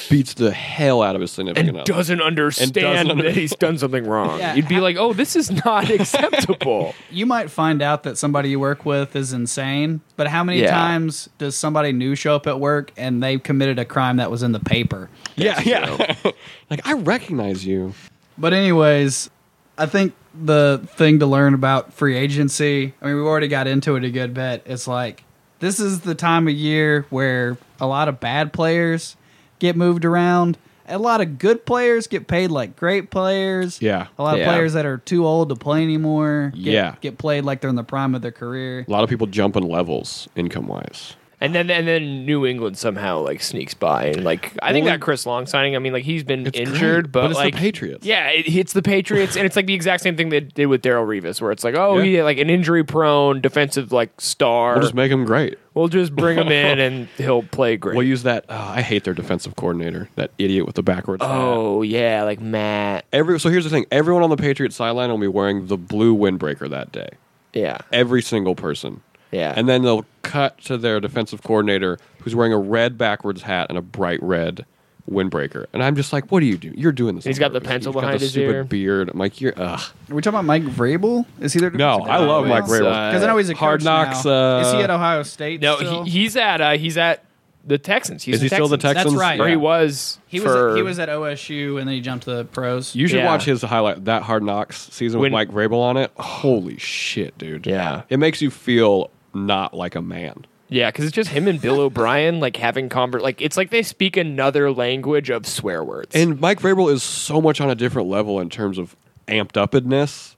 [SPEAKER 4] beats the hell out of his significant
[SPEAKER 3] and
[SPEAKER 4] other.
[SPEAKER 3] doesn't understand
[SPEAKER 4] under-
[SPEAKER 3] that he's done something wrong
[SPEAKER 2] Yeah.
[SPEAKER 3] you'd be like oh this is not acceptable
[SPEAKER 2] You might find out that somebody you work with is insane, but how many
[SPEAKER 3] Yeah.
[SPEAKER 2] times does somebody new show up at work and they committed a crime that was in the paper?
[SPEAKER 4] Yeah, yeah. like I recognize you.
[SPEAKER 2] But anyways, I think the thing to learn about free agency, I mean, we've already got into it a good bit. It's like this is the time of year where a lot of bad players get moved around. A lot of good players get paid like great players.
[SPEAKER 4] Yeah.
[SPEAKER 2] A lot of
[SPEAKER 3] Yeah.
[SPEAKER 2] players that are too old to play anymore get,
[SPEAKER 4] Yeah.
[SPEAKER 2] get played like they're in the prime of their career.
[SPEAKER 4] A lot of people jump in levels income wise.
[SPEAKER 3] And then and then New England somehow like sneaks by and like I think
[SPEAKER 4] Well,
[SPEAKER 3] that Chris Long signing. I mean like he's been
[SPEAKER 4] It's
[SPEAKER 3] injured,
[SPEAKER 4] great,
[SPEAKER 3] but,
[SPEAKER 4] but it's the
[SPEAKER 3] like
[SPEAKER 4] Patriots.
[SPEAKER 3] Yeah, it hits the Patriots, and it's like the exact same thing they did with Daryl Revis, where it's like oh
[SPEAKER 4] Yeah.
[SPEAKER 3] he like an injury prone defensive like star.
[SPEAKER 4] We'll just make him great.
[SPEAKER 3] bring him in and he'll play great.
[SPEAKER 4] We'll use that. Uh, I hate their defensive coordinator, that idiot with the backwards. hat.
[SPEAKER 3] oh yeah, like Matt.
[SPEAKER 4] Every so here's the thing: everyone on the Patriots sideline will be wearing the blue windbreaker that day.
[SPEAKER 3] Yeah,
[SPEAKER 4] Every single person.
[SPEAKER 3] Yeah.
[SPEAKER 4] And then they'll cut to their defensive coordinator, who's wearing a red backwards hat and a bright red windbreaker. And I'm just like, what do you do? You're doing this.
[SPEAKER 3] He's
[SPEAKER 4] on
[SPEAKER 3] got the
[SPEAKER 4] purpose.
[SPEAKER 3] pencil
[SPEAKER 4] You've got
[SPEAKER 3] behind
[SPEAKER 4] the
[SPEAKER 3] his
[SPEAKER 4] stupid
[SPEAKER 3] ear.
[SPEAKER 4] beard. I'm like, you're ugh.
[SPEAKER 2] Are we talking about Mike Vrabel? Is he there?
[SPEAKER 4] No, I love Mike Vrabel.
[SPEAKER 2] because I know he's a
[SPEAKER 4] Hard
[SPEAKER 2] coach
[SPEAKER 4] Knocks,
[SPEAKER 2] now. Is he
[SPEAKER 4] uh,
[SPEAKER 2] at Ohio State?
[SPEAKER 3] no,
[SPEAKER 2] still?
[SPEAKER 3] he, he's at uh, he's at the Texans. He's
[SPEAKER 4] Is he still the
[SPEAKER 3] Texans?
[SPEAKER 4] Texans?
[SPEAKER 2] That's right.
[SPEAKER 3] Or he
[SPEAKER 2] Yeah.
[SPEAKER 3] was.
[SPEAKER 2] He was
[SPEAKER 3] for-
[SPEAKER 2] he was at OSU and then he jumped to the pros.
[SPEAKER 4] You should
[SPEAKER 3] Yeah.
[SPEAKER 4] watch his highlight that Hard Knocks season
[SPEAKER 3] When-
[SPEAKER 4] with Mike Vrabel on it. Holy shit, dude!
[SPEAKER 3] Yeah.
[SPEAKER 4] it makes you feel not like a man.
[SPEAKER 3] Yeah, because it's just him and Bill O'Brien like having conver like it's like they speak another language of swear words.
[SPEAKER 4] And Mike Vrabel is so much on a different level in terms of amped upness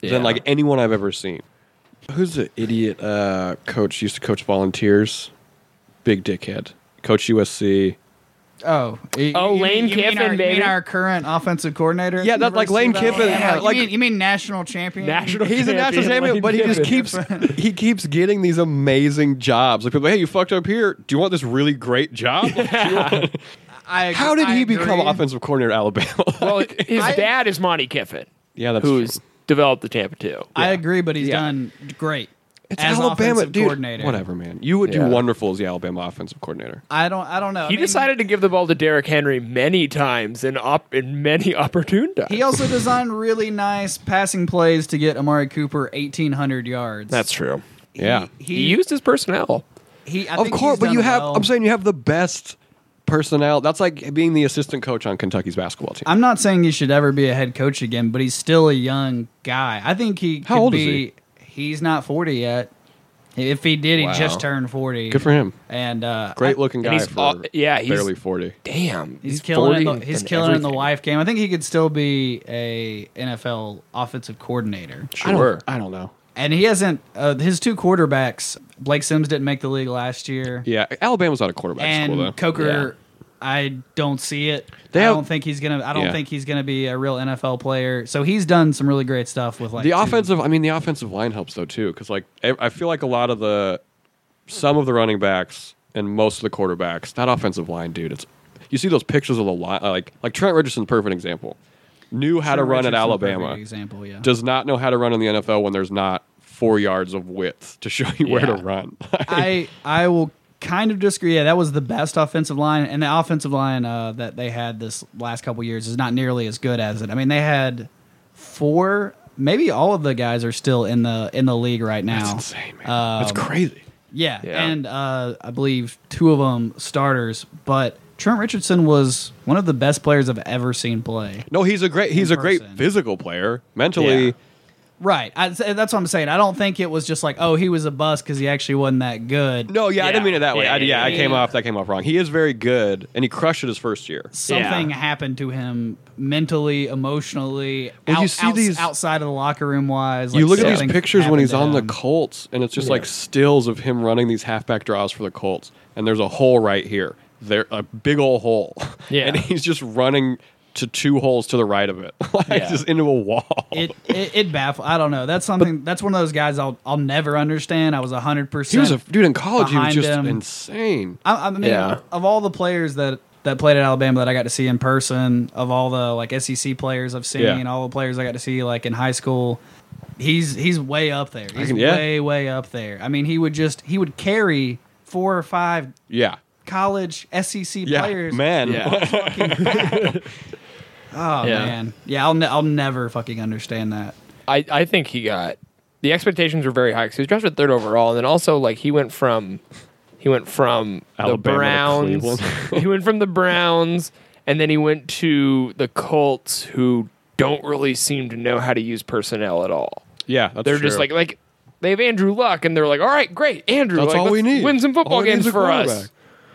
[SPEAKER 3] Yeah.
[SPEAKER 4] than like anyone I've ever seen. Who's the idiot uh, coach used to coach volunteers? Big dickhead. Coach USC.
[SPEAKER 2] Oh, you-
[SPEAKER 3] Oh,
[SPEAKER 2] you
[SPEAKER 3] Lane
[SPEAKER 2] mean- you mean
[SPEAKER 3] Kiffin,
[SPEAKER 2] our, You
[SPEAKER 3] baby.
[SPEAKER 2] mean our current offensive coordinator? at
[SPEAKER 4] Yeah,
[SPEAKER 2] the
[SPEAKER 4] that- like
[SPEAKER 2] University
[SPEAKER 4] Lane
[SPEAKER 2] of Alabama?
[SPEAKER 4] Kiffin,
[SPEAKER 2] Like,
[SPEAKER 4] like-
[SPEAKER 2] you, mean, you mean national champion?
[SPEAKER 3] national
[SPEAKER 4] He's a national champion, but he just keeps he keeps getting these amazing jobs. Like people, hey, you fucked up here. Do you want this really great job?
[SPEAKER 2] I,
[SPEAKER 4] How did
[SPEAKER 2] I
[SPEAKER 4] he become
[SPEAKER 2] agree.
[SPEAKER 4] offensive coordinator at Alabama?
[SPEAKER 3] Well, his
[SPEAKER 2] I-
[SPEAKER 3] dad is Monty Kiffin,
[SPEAKER 4] yeah, that's
[SPEAKER 3] who's developed the Tampa two.
[SPEAKER 2] I agree, but he's
[SPEAKER 4] Yeah.
[SPEAKER 2] done great.
[SPEAKER 4] It's
[SPEAKER 2] as
[SPEAKER 4] Alabama,
[SPEAKER 2] offensive
[SPEAKER 4] dude.
[SPEAKER 2] coordinator.
[SPEAKER 4] Whatever, man. You would
[SPEAKER 3] Yeah.
[SPEAKER 4] do wonderful as the Alabama offensive coordinator.
[SPEAKER 2] I don't. I don't know. I
[SPEAKER 3] He
[SPEAKER 2] mean,
[SPEAKER 3] decided to give the ball to Derrick Henry many times and op- in many opportune times.
[SPEAKER 2] He also designed really nice passing plays to get Amari Cooper 1,800 yards.
[SPEAKER 3] That's true.
[SPEAKER 4] yeah,
[SPEAKER 2] He,
[SPEAKER 3] He used his personnel.
[SPEAKER 2] he- I
[SPEAKER 4] of
[SPEAKER 2] think
[SPEAKER 4] course.
[SPEAKER 2] he's
[SPEAKER 4] But
[SPEAKER 2] done
[SPEAKER 4] you have,
[SPEAKER 2] well.
[SPEAKER 4] I'm saying you have the best personnel. That's like being the assistant coach on Kentucky's basketball team.
[SPEAKER 2] I'm not saying he should ever be a head coach again, but he's still a young guy. I think he.
[SPEAKER 4] How
[SPEAKER 2] could
[SPEAKER 4] old is
[SPEAKER 2] be, He's not 40 yet. If he did,
[SPEAKER 4] Wow.
[SPEAKER 2] he just turned 40.
[SPEAKER 4] Good for him.
[SPEAKER 2] And uh,
[SPEAKER 4] Great looking
[SPEAKER 3] And
[SPEAKER 4] guy
[SPEAKER 3] he's
[SPEAKER 4] for
[SPEAKER 3] all- yeah, he's-
[SPEAKER 4] barely forty.
[SPEAKER 3] Damn,
[SPEAKER 2] He's, killing. It in
[SPEAKER 3] 40
[SPEAKER 2] the, he's
[SPEAKER 3] and
[SPEAKER 2] killing it in the
[SPEAKER 3] everything.
[SPEAKER 2] wife game. I think he could still be a NFL offensive coordinator.
[SPEAKER 4] I
[SPEAKER 3] Sure.
[SPEAKER 4] don't, I don't know.
[SPEAKER 2] And he hasn't. Uh, his two quarterbacks, Blake Sims didn't make the league last year,
[SPEAKER 4] Yeah, Alabama's not a quarterback
[SPEAKER 2] and
[SPEAKER 4] school though.
[SPEAKER 2] Coker. I don't see it.
[SPEAKER 4] They
[SPEAKER 2] I
[SPEAKER 4] have-
[SPEAKER 2] don't think he's gonna. I don't
[SPEAKER 4] Yeah.
[SPEAKER 2] think he's gonna be a real NFL player. So he's done some really great stuff with like
[SPEAKER 4] the
[SPEAKER 2] two-
[SPEAKER 4] offensive, I mean, the offensive line helps though too, because like I I feel like a lot of the, some of the running backs and most of the quarterbacks, that offensive line, dude, it's you see those pictures of the line, like like Trent Richardson's a perfect example, knew how to
[SPEAKER 2] Trent
[SPEAKER 4] run at
[SPEAKER 2] Richardson's a
[SPEAKER 4] Alabama,
[SPEAKER 2] perfect Example, yeah.
[SPEAKER 4] does not know how to run in the NFL when there's not four yards of width to show you where to
[SPEAKER 3] Yeah.
[SPEAKER 4] run.
[SPEAKER 2] I I will kind of disagree. Yeah, that was the best offensive line, and the offensive line uh, that they had this last couple years is not nearly as good as it. I mean, they had four, maybe all of the guys are still in the in the league right now.
[SPEAKER 4] That's insane, man. That's
[SPEAKER 3] Um,
[SPEAKER 4] crazy.
[SPEAKER 2] Yeah,
[SPEAKER 3] Yeah.
[SPEAKER 2] and uh, I believe two of them starters, but Trent Richardson was one of the best players I've ever seen play.
[SPEAKER 4] No, he's a great he's a great
[SPEAKER 2] person.
[SPEAKER 4] physical player. Mentally,
[SPEAKER 3] Yeah.
[SPEAKER 2] Right, I, that's what I'm saying. I don't think it was just like, oh, he was a bust because he actually wasn't that good.
[SPEAKER 4] No, yeah, I didn't
[SPEAKER 3] Yeah.
[SPEAKER 4] mean it that way.
[SPEAKER 3] Yeah,
[SPEAKER 4] I,
[SPEAKER 3] yeah,
[SPEAKER 4] yeah, I
[SPEAKER 3] yeah,
[SPEAKER 4] came
[SPEAKER 2] yeah.
[SPEAKER 4] off that came off wrong. He is very good, and he crushed it his first year.
[SPEAKER 2] something
[SPEAKER 3] Yeah.
[SPEAKER 2] happened to him mentally, emotionally.
[SPEAKER 4] Well,
[SPEAKER 2] out-
[SPEAKER 4] you see
[SPEAKER 2] outs-
[SPEAKER 4] these-
[SPEAKER 2] outside of the locker room wise.
[SPEAKER 4] you
[SPEAKER 2] like,
[SPEAKER 4] look at these
[SPEAKER 2] something
[SPEAKER 4] pictures when
[SPEAKER 2] happened
[SPEAKER 4] he's
[SPEAKER 2] to
[SPEAKER 4] on the
[SPEAKER 2] him.
[SPEAKER 4] Colts, and it's just like stills of him running these halfback draws for the Colts, and there's a hole right here. There, a big old hole.
[SPEAKER 3] Yeah.
[SPEAKER 4] and he's just running to two holes to the right of it, like
[SPEAKER 3] Yeah.
[SPEAKER 4] just into a wall.
[SPEAKER 2] It, it it baffles. I don't know. That's something. that's one of those guys I'll I'll never understand. I was hundred percent.
[SPEAKER 4] he was a dude in college. He was
[SPEAKER 2] behind
[SPEAKER 4] just
[SPEAKER 2] him.
[SPEAKER 4] insane.
[SPEAKER 2] I, I mean,
[SPEAKER 3] Yeah.
[SPEAKER 2] of all the players that that played at Alabama that I got to see in person, of all the like SEC players I've seen,
[SPEAKER 4] Yeah.
[SPEAKER 2] and all the players I got to see like in high school, he's he's way up there. He's
[SPEAKER 4] can- yeah.
[SPEAKER 2] way way up there. I mean, he would just he would carry four or five
[SPEAKER 4] Yeah,
[SPEAKER 2] college SEC
[SPEAKER 4] yeah,
[SPEAKER 2] players.
[SPEAKER 4] man.
[SPEAKER 3] Yeah,
[SPEAKER 2] Oh
[SPEAKER 3] Yeah.
[SPEAKER 2] man, yeah, I'll ne- I'll never fucking understand that.
[SPEAKER 3] I, I think he got the expectations were very high because he was drafted third overall, and then also like he went from he went from
[SPEAKER 4] Alabama to
[SPEAKER 3] the Browns,
[SPEAKER 4] Cleveland.
[SPEAKER 3] he went from the Browns, and then he went to the Colts, who don't really seem to know how to use personnel at all.
[SPEAKER 4] yeah, that's
[SPEAKER 3] They're just
[SPEAKER 4] true.
[SPEAKER 3] like like they have Andrew Luck, and they're like, all right, great, Andrew,
[SPEAKER 4] That's
[SPEAKER 3] like,
[SPEAKER 4] all we
[SPEAKER 3] let's
[SPEAKER 4] need.
[SPEAKER 3] Win some football
[SPEAKER 4] All we need
[SPEAKER 3] games
[SPEAKER 4] is a
[SPEAKER 3] for
[SPEAKER 4] quarterback.
[SPEAKER 3] us.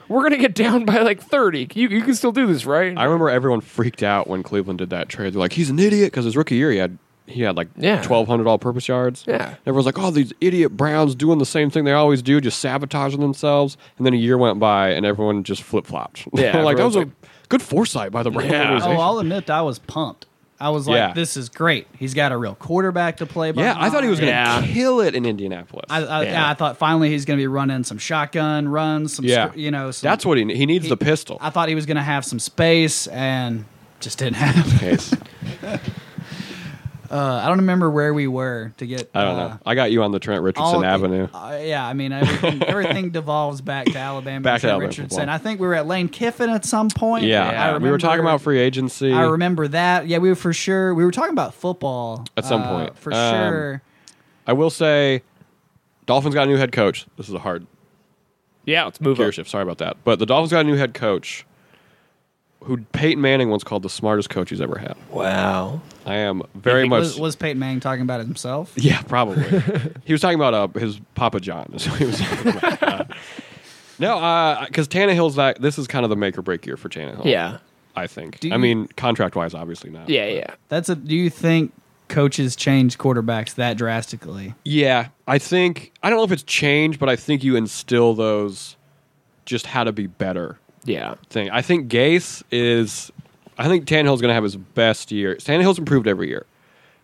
[SPEAKER 3] We're gonna get down by like thirty. You you can still do this, right?
[SPEAKER 4] I remember everyone freaked out when Cleveland did that trade. They're like, he's an idiot because his rookie year he had he had like
[SPEAKER 3] Yeah.
[SPEAKER 4] twelve hundred all purpose yards.
[SPEAKER 3] Yeah.
[SPEAKER 4] everyone's like, oh, these idiot Browns doing the same thing they always do, just sabotaging themselves. And then a year went by, and everyone just flip flopped.
[SPEAKER 3] Yeah,
[SPEAKER 4] like that was
[SPEAKER 3] everyone's
[SPEAKER 4] a good foresight by the Browns.
[SPEAKER 3] Yeah.
[SPEAKER 2] Oh, I'll admit I was pumped. I was like,
[SPEAKER 4] Yeah.
[SPEAKER 2] this is great. He's got a real quarterback to play.
[SPEAKER 4] yeah, I thought he was going to
[SPEAKER 3] Yeah.
[SPEAKER 4] kill it in Indianapolis.
[SPEAKER 2] I, I,
[SPEAKER 3] Yeah.
[SPEAKER 2] yeah, I thought finally he's going to be running some shotgun runs. Some
[SPEAKER 4] yeah,
[SPEAKER 2] sc- you know, some,
[SPEAKER 4] that's what he ne- he needs the pistol.
[SPEAKER 2] I thought he was going to have some space and just didn't happen.
[SPEAKER 4] Case.
[SPEAKER 2] Uh, I don't remember where we were to get.
[SPEAKER 4] I don't
[SPEAKER 2] uh,
[SPEAKER 4] know. I got you on the Trent Richardson
[SPEAKER 2] all-
[SPEAKER 4] Avenue.
[SPEAKER 2] uh, yeah, I mean everything, everything devolves back to Alabama.
[SPEAKER 4] Back to
[SPEAKER 2] Trent
[SPEAKER 4] Alabama
[SPEAKER 2] Richardson.
[SPEAKER 4] football.
[SPEAKER 2] I think we were at Lane Kiffin at some point.
[SPEAKER 4] yeah,
[SPEAKER 2] I remember,
[SPEAKER 4] we were talking about free agency.
[SPEAKER 2] I remember that. Yeah, we were for sure. We were talking about football
[SPEAKER 4] At some
[SPEAKER 2] uh,
[SPEAKER 4] point.
[SPEAKER 2] for
[SPEAKER 4] Um,
[SPEAKER 2] sure.
[SPEAKER 4] I will say, Dolphins got a new head coach. This is a hard
[SPEAKER 3] yeah, let's move
[SPEAKER 4] gear
[SPEAKER 3] on.
[SPEAKER 4] shift. Sorry about that. But the Dolphins got a new head coach, who Peyton Manning once called the smartest coach he's ever had.
[SPEAKER 3] Wow.
[SPEAKER 4] I am very much.
[SPEAKER 2] Was, was Peyton Manning talking about himself?
[SPEAKER 4] yeah, probably. he was talking about uh, his Papa John. is what he was talking about. Uh, no, because Tannehill's that. This is kind of the make or break year for Tannehill.
[SPEAKER 3] Yeah.
[SPEAKER 4] I think.
[SPEAKER 2] Do
[SPEAKER 4] I
[SPEAKER 2] you-
[SPEAKER 4] mean, contract wise, obviously not.
[SPEAKER 3] Yeah.
[SPEAKER 4] but-
[SPEAKER 3] Yeah.
[SPEAKER 2] That's a. Do you think coaches change quarterbacks that drastically?
[SPEAKER 4] Yeah, I think I don't know if it's changed, but I think you instill those just how to be better
[SPEAKER 3] Yeah.
[SPEAKER 4] thing. I think Gase is. I think Tannehill's going to have his best year. Tannehill's improved every year.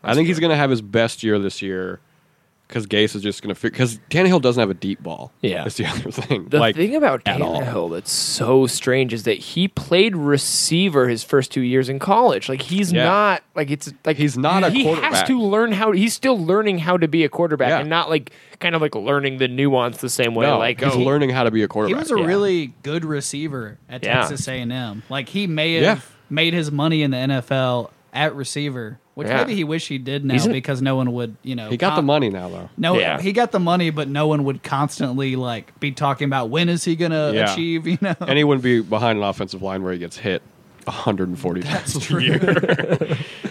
[SPEAKER 4] I think he's going to have his best year this year because Gase is just going to because Tannehill doesn't have a deep ball.
[SPEAKER 3] Yeah.
[SPEAKER 4] that's the other thing.
[SPEAKER 3] The
[SPEAKER 4] like,
[SPEAKER 3] thing about
[SPEAKER 4] at all.
[SPEAKER 3] Tannehill that's so strange is that he played receiver his first two years in college. Like he's
[SPEAKER 4] Yeah.
[SPEAKER 3] not like it's like
[SPEAKER 4] He's not a
[SPEAKER 3] he has
[SPEAKER 4] quarterback.
[SPEAKER 3] to learn how he's still learning how to be a quarterback
[SPEAKER 4] Yeah.
[SPEAKER 3] and not like kind of like learning the nuance the same way.
[SPEAKER 4] no,
[SPEAKER 3] like
[SPEAKER 4] he's
[SPEAKER 3] oh,
[SPEAKER 4] learning how to be a
[SPEAKER 2] He
[SPEAKER 4] quarterback.
[SPEAKER 2] was a
[SPEAKER 3] yeah.
[SPEAKER 2] really good receiver at
[SPEAKER 3] Yeah.
[SPEAKER 2] Texas A&M. Like he may have
[SPEAKER 4] Yeah.
[SPEAKER 2] made his money in the NFL at receiver, which
[SPEAKER 3] Yeah.
[SPEAKER 2] maybe he wished he did now
[SPEAKER 3] He's an-
[SPEAKER 2] because no one would, you know.
[SPEAKER 4] he got the
[SPEAKER 2] con-
[SPEAKER 4] money now though.
[SPEAKER 2] No,
[SPEAKER 3] Yeah.
[SPEAKER 2] he got the money, but no one would constantly like be talking about when is he going to
[SPEAKER 4] Yeah.
[SPEAKER 2] achieve, you know.
[SPEAKER 4] and he wouldn't be behind an offensive line where he gets hit 140 times.
[SPEAKER 2] That's true.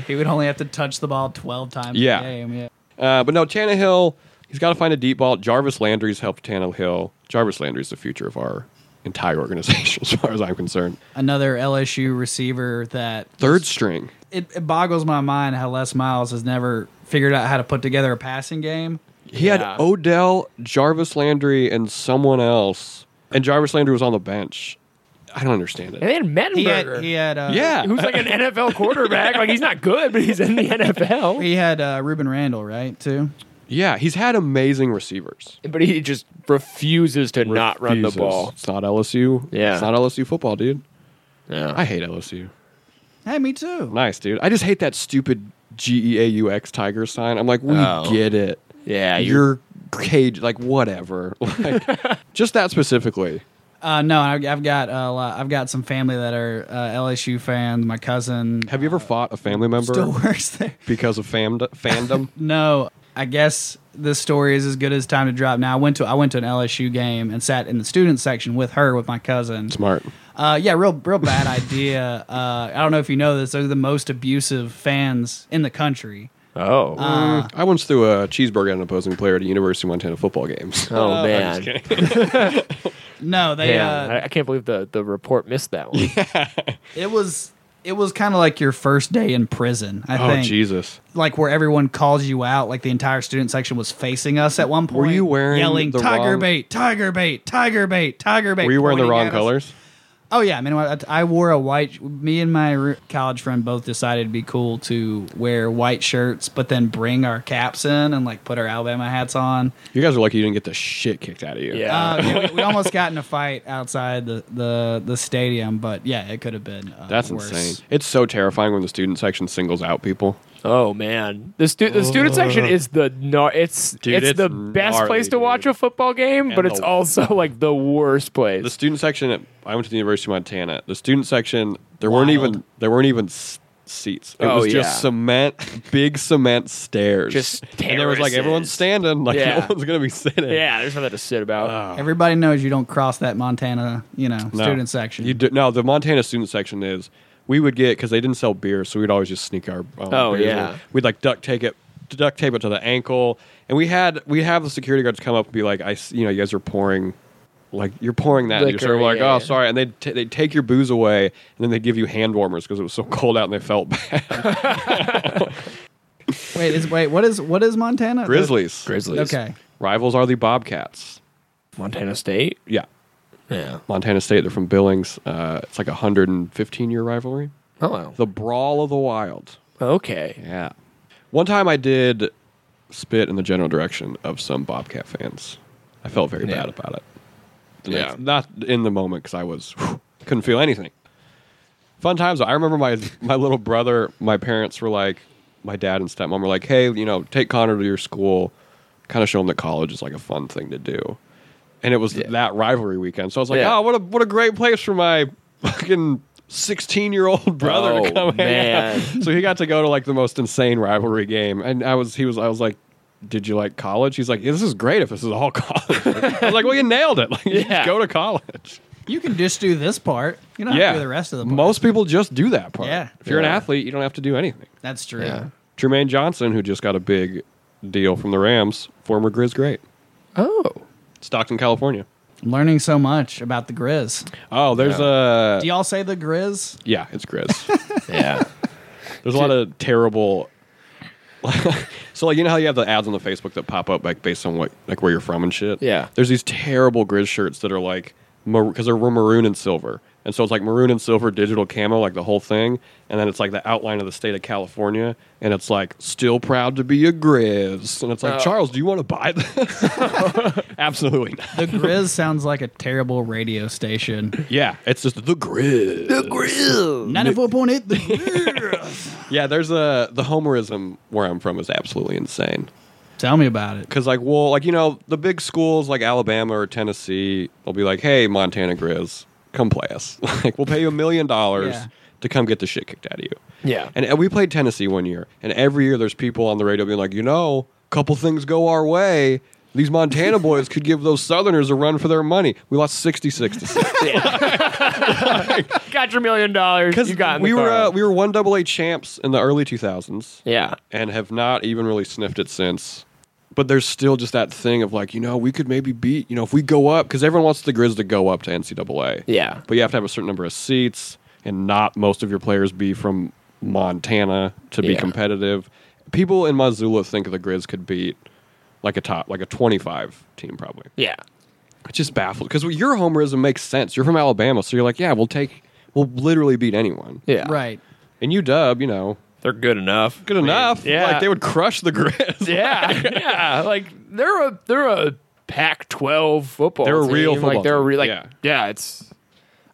[SPEAKER 2] he would only have to touch the ball 12 times
[SPEAKER 4] Yeah.
[SPEAKER 2] a game. Yeah.
[SPEAKER 4] Uh, but no, Tannehill, he's got to find a deep ball. Jarvis Landry's helped Tannehill. Jarvis Landry's the future of our entire organization, as far as I'm concerned.
[SPEAKER 2] Another LSU receiver that
[SPEAKER 4] Third string.
[SPEAKER 2] it, it boggles my mind how Les Miles has never figured out how to put together a passing game.
[SPEAKER 4] He
[SPEAKER 3] Yeah.
[SPEAKER 4] had Odell, Jarvis Landry, and someone else. And Jarvis Landry was on the bench. I don't understand
[SPEAKER 3] and
[SPEAKER 4] it.
[SPEAKER 3] then
[SPEAKER 2] He
[SPEAKER 3] Mettenberger.
[SPEAKER 2] had he had uh,
[SPEAKER 4] Yeah.
[SPEAKER 3] Who's like an NFL quarterback? Like he's not good, but he's in the NFL.
[SPEAKER 2] he had uh, Ruben Randall right too.
[SPEAKER 4] Yeah, he's had amazing receivers.
[SPEAKER 3] But he just refuses to not run the
[SPEAKER 4] Refuses.
[SPEAKER 3] ball.
[SPEAKER 4] It's not LSU.
[SPEAKER 3] Yeah.
[SPEAKER 4] It's not LSU football, dude.
[SPEAKER 3] Yeah.
[SPEAKER 4] I hate LSU.
[SPEAKER 2] Hey, me too.
[SPEAKER 4] Nice, dude. I just hate that stupid G E A U X Tiger sign. I'm like, we
[SPEAKER 3] Oh.
[SPEAKER 4] get it.
[SPEAKER 3] Yeah, you're
[SPEAKER 4] Your cage, like whatever. Like, just that specifically.
[SPEAKER 2] Uh, no, I've, I've got a lot. I've got some family that are uh, LSU fans. My cousin
[SPEAKER 4] Have you ever fought a family member
[SPEAKER 2] still works there.
[SPEAKER 4] because of fam- fandom?
[SPEAKER 2] No, I guess this story is as good as time to drop. Now I went to I went to an LSU game and sat in the student section with her with my cousin.
[SPEAKER 4] Smart.
[SPEAKER 2] Uh, yeah, real real bad idea. Uh, I don't know if you know this. They're the most abusive fans in the country.
[SPEAKER 3] Oh.
[SPEAKER 4] I once threw a cheeseburger at an opposing player at a University of Montana football game.
[SPEAKER 3] oh
[SPEAKER 2] uh,
[SPEAKER 3] man.
[SPEAKER 2] No, they.
[SPEAKER 3] Yeah,
[SPEAKER 2] uh,
[SPEAKER 3] I, I can't believe the, the report missed that one.
[SPEAKER 2] it was it was kind of like your first day in prison. I
[SPEAKER 4] oh
[SPEAKER 2] think.
[SPEAKER 4] Jesus!
[SPEAKER 2] like where everyone calls you out, like the entire student section was facing us at one point.
[SPEAKER 4] you wearing
[SPEAKER 2] yelling
[SPEAKER 4] the
[SPEAKER 2] tiger
[SPEAKER 4] wrong-
[SPEAKER 2] bait, tiger bait, tiger bait, tiger bait?
[SPEAKER 4] Were you wearing the
[SPEAKER 2] pointing
[SPEAKER 4] wrong
[SPEAKER 2] at us.
[SPEAKER 4] colors?
[SPEAKER 2] Oh yeah, I mean, I, I wore a white. Me and my r- college friend both decided it'd be cool to wear white shirts, but then bring our caps in and like put our Alabama hats on.
[SPEAKER 4] You guys are lucky you didn't get the shit kicked out of you.
[SPEAKER 3] Yeah.
[SPEAKER 2] Uh, yeah,
[SPEAKER 4] Oh.
[SPEAKER 2] we, we almost got in a fight outside the the, the stadium, but yeah, it could have been. Uh,
[SPEAKER 4] that's
[SPEAKER 2] worse.
[SPEAKER 4] insane. It's so terrifying when the student section singles out people.
[SPEAKER 3] oh man, the, stu- the student section is the no- it's
[SPEAKER 4] Dude,
[SPEAKER 3] it's,
[SPEAKER 4] it's
[SPEAKER 3] the best
[SPEAKER 4] gnarly,
[SPEAKER 3] place to
[SPEAKER 4] dude.
[SPEAKER 3] watch a football game, but
[SPEAKER 4] And
[SPEAKER 3] it's
[SPEAKER 4] the-
[SPEAKER 3] also like the worst place.
[SPEAKER 4] The student section. At, I went to the University of Montana. The student section. There weren't
[SPEAKER 2] Wild.
[SPEAKER 4] even there weren't even s- seats. It
[SPEAKER 3] Oh,
[SPEAKER 4] was
[SPEAKER 3] yeah.
[SPEAKER 4] just cement, big cement stairs.
[SPEAKER 3] Just
[SPEAKER 4] and there was like everyone
[SPEAKER 3] terraces.
[SPEAKER 4] standing. Like
[SPEAKER 3] Yeah.
[SPEAKER 4] no one's gonna be sitting.
[SPEAKER 3] yeah, there's nothing to sit about.
[SPEAKER 4] Oh,
[SPEAKER 2] Everybody knows you don't cross that Montana, you know,
[SPEAKER 4] No.
[SPEAKER 2] student section.
[SPEAKER 4] You do, no, the Montana student section is we would get because they didn't sell beer, so we'd always just sneak our. Own
[SPEAKER 3] Oh,
[SPEAKER 4] beers
[SPEAKER 3] yeah.
[SPEAKER 4] in. we'd like duct tape it, duct tape it to the ankle, and we had we have the security guards come up and be like, I, s- you know, you guys are pouring. Like you're pouring that,
[SPEAKER 3] Liquor,
[SPEAKER 4] and you're sort of like,
[SPEAKER 3] yeah, yeah.
[SPEAKER 4] oh, sorry, and they t- they take your booze away, and then they give you hand warmers because it was so cold out and they felt bad.
[SPEAKER 2] Wait, is wait what is what is Montana?
[SPEAKER 4] Grizzlies,
[SPEAKER 3] Grizzlies,
[SPEAKER 2] Okay.
[SPEAKER 4] rivals are the Bobcats.
[SPEAKER 3] Montana State,
[SPEAKER 4] Yeah,
[SPEAKER 3] yeah,
[SPEAKER 4] Montana State. They're from Billings. Uh, it's like a hundred and fifteen year rivalry.
[SPEAKER 3] oh wow.
[SPEAKER 4] The brawl of the wild.
[SPEAKER 3] okay,
[SPEAKER 4] Yeah. One time I did spit in the general direction of some Bobcat fans. I felt very
[SPEAKER 3] Yeah.
[SPEAKER 4] bad about it. The
[SPEAKER 3] Yeah.
[SPEAKER 4] next- not in the moment because I was couldn't feel anything. Fun times. I remember my my little brother. My parents were like, my dad and stepmom were like, hey, you know, take Connor to your school, kind of show him that college is like a fun thing to do. And it was that rivalry weekend. So I was like,
[SPEAKER 3] Yeah.
[SPEAKER 4] oh, what a what a great place for my fucking sixteen year old brother
[SPEAKER 3] oh
[SPEAKER 4] to come hang out
[SPEAKER 3] man,
[SPEAKER 4] so he got to go to like the most insane rivalry game, and I was he was I was like, "Did you like college?" He's like, yeah, "This is great if this is all college." I was like, "Well, you nailed it. Like, you
[SPEAKER 3] Yeah.
[SPEAKER 4] just go to college."
[SPEAKER 2] You can just do this part. You don't have
[SPEAKER 4] yeah,
[SPEAKER 2] to do the rest of the part.
[SPEAKER 4] most people just do that part.
[SPEAKER 2] Yeah.
[SPEAKER 4] if you're
[SPEAKER 3] Yeah.
[SPEAKER 4] an athlete, you don't have to do anything.
[SPEAKER 2] That's true.
[SPEAKER 3] Yeah.
[SPEAKER 4] Jermaine Johnson, who just got a big deal from the Rams, former Grizz great,
[SPEAKER 3] oh
[SPEAKER 4] Stockton, California.
[SPEAKER 2] I'm learning so much about the Grizz.
[SPEAKER 4] Oh, there's a
[SPEAKER 2] Do y'all say the Grizz?
[SPEAKER 4] yeah, it's Grizz.
[SPEAKER 3] yeah,
[SPEAKER 4] There's a lot of terrible. so like you know how you have the ads on the Facebook that pop up like based on what like where you're from and shit.
[SPEAKER 3] Yeah.
[SPEAKER 4] There's these terrible Grizz shirts that are like because they're maroon and silver, And so it's like maroon and silver digital camo, like the whole thing. And then it's like the outline of the state of California. And it's like, still proud to be a Grizz. And it's like,
[SPEAKER 3] Oh.
[SPEAKER 4] Charles, do you want to buy this? Absolutely not.
[SPEAKER 2] The Grizz sounds like a terrible radio station.
[SPEAKER 4] Yeah, it's just the Grizz. The
[SPEAKER 3] Grill.
[SPEAKER 2] Ninety-four point eight. The Grizz.
[SPEAKER 4] Yeah, there's a the Homerism where I'm from is absolutely insane.
[SPEAKER 2] Tell me about it.
[SPEAKER 4] Because like, well, like you know, the big schools like Alabama or Tennessee, they'll be like, "Hey, Montana Grizz, come play us. like, we'll pay you a million dollars
[SPEAKER 2] Yeah.
[SPEAKER 4] to come get the shit kicked out of you."
[SPEAKER 3] Yeah.
[SPEAKER 4] And, and we played Tennessee one year, and every year there's people on the radio being like, "You know, couple things go our way." These Montana boys could give those Southerners a run for their money. We lost sixty-six to six.
[SPEAKER 3] got your million dollars. You got in the
[SPEAKER 4] we were
[SPEAKER 3] car.
[SPEAKER 4] uh, we were one double A champs in the early two thousands.
[SPEAKER 3] yeah.
[SPEAKER 4] and have not even really sniffed it since. But there's still just that thing of like, you know, we could maybe beat, you know, if we go up, because everyone wants the Grizz to go up to NCAA.
[SPEAKER 3] Yeah.
[SPEAKER 4] But you have to have a certain number of seats and not most of your players be from Montana to be
[SPEAKER 3] Yeah.
[SPEAKER 4] competitive. People in Missoula think the Grizz could beat like a top, like a 25 team probably.
[SPEAKER 3] Yeah.
[SPEAKER 4] It's just baffled because your homerism makes sense. You're from Alabama, so you're like, yeah, we'll take, we'll literally beat anyone.
[SPEAKER 3] Yeah.
[SPEAKER 2] Right.
[SPEAKER 4] And UW, you know,
[SPEAKER 3] They're good enough.
[SPEAKER 4] good enough.
[SPEAKER 3] yeah.
[SPEAKER 4] Like they would crush the Grizz.
[SPEAKER 3] Yeah, yeah. Like they're a they're a Pac-12 football.
[SPEAKER 4] They're a
[SPEAKER 3] team.
[SPEAKER 4] real football
[SPEAKER 3] Like they're a real. Like
[SPEAKER 4] team.
[SPEAKER 3] yeah. it's.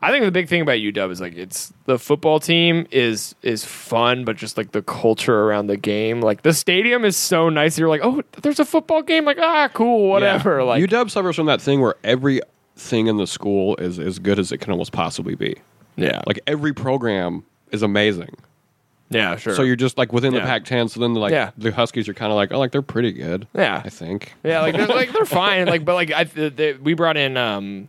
[SPEAKER 3] I think the big thing about UW is like it's the football team is is fun, but just like the culture around the game, like the stadium is so nice. You're like, oh, there's a football game. Like ah, cool, whatever. Like
[SPEAKER 4] UW suffers from that thing where every thing in the school is as good as it can almost possibly be.
[SPEAKER 3] yeah,
[SPEAKER 4] Like every program is amazing.
[SPEAKER 3] yeah, sure.
[SPEAKER 4] So you're just like within
[SPEAKER 3] Yeah.
[SPEAKER 4] the Pac-10. So then, like
[SPEAKER 3] Yeah.
[SPEAKER 4] the Huskies are kind of like, oh, like they're pretty good.
[SPEAKER 3] Yeah.
[SPEAKER 4] I think.
[SPEAKER 3] yeah, like they're like they're fine. Like but like I they, we brought in um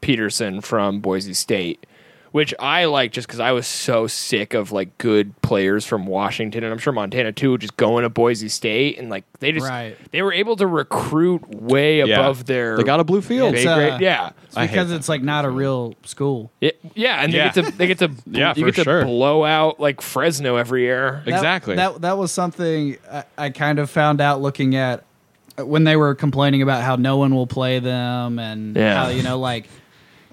[SPEAKER 3] Peterson from Boise State, which I like just because I was so sick of like good players from Washington and I'm sure Montana too, just going to Boise State and like they just
[SPEAKER 2] Right.
[SPEAKER 3] they were able to recruit way
[SPEAKER 4] Yeah.
[SPEAKER 3] above their
[SPEAKER 4] They got a blue field.
[SPEAKER 3] pay
[SPEAKER 2] It's, uh,
[SPEAKER 3] grade. Yeah.
[SPEAKER 2] It's
[SPEAKER 4] I hate
[SPEAKER 2] because
[SPEAKER 4] that
[SPEAKER 2] it's like not a real school.
[SPEAKER 3] yeah, yeah, and they
[SPEAKER 4] Yeah.
[SPEAKER 3] get to they get to
[SPEAKER 4] Yeah,
[SPEAKER 3] you
[SPEAKER 4] for
[SPEAKER 3] get to
[SPEAKER 4] sure.
[SPEAKER 3] blow out like Fresno every year.
[SPEAKER 2] That-
[SPEAKER 4] exactly.
[SPEAKER 2] That that was something I, I kind of found out looking at when they were complaining about how no one will play them and
[SPEAKER 3] Yeah.
[SPEAKER 2] how you know like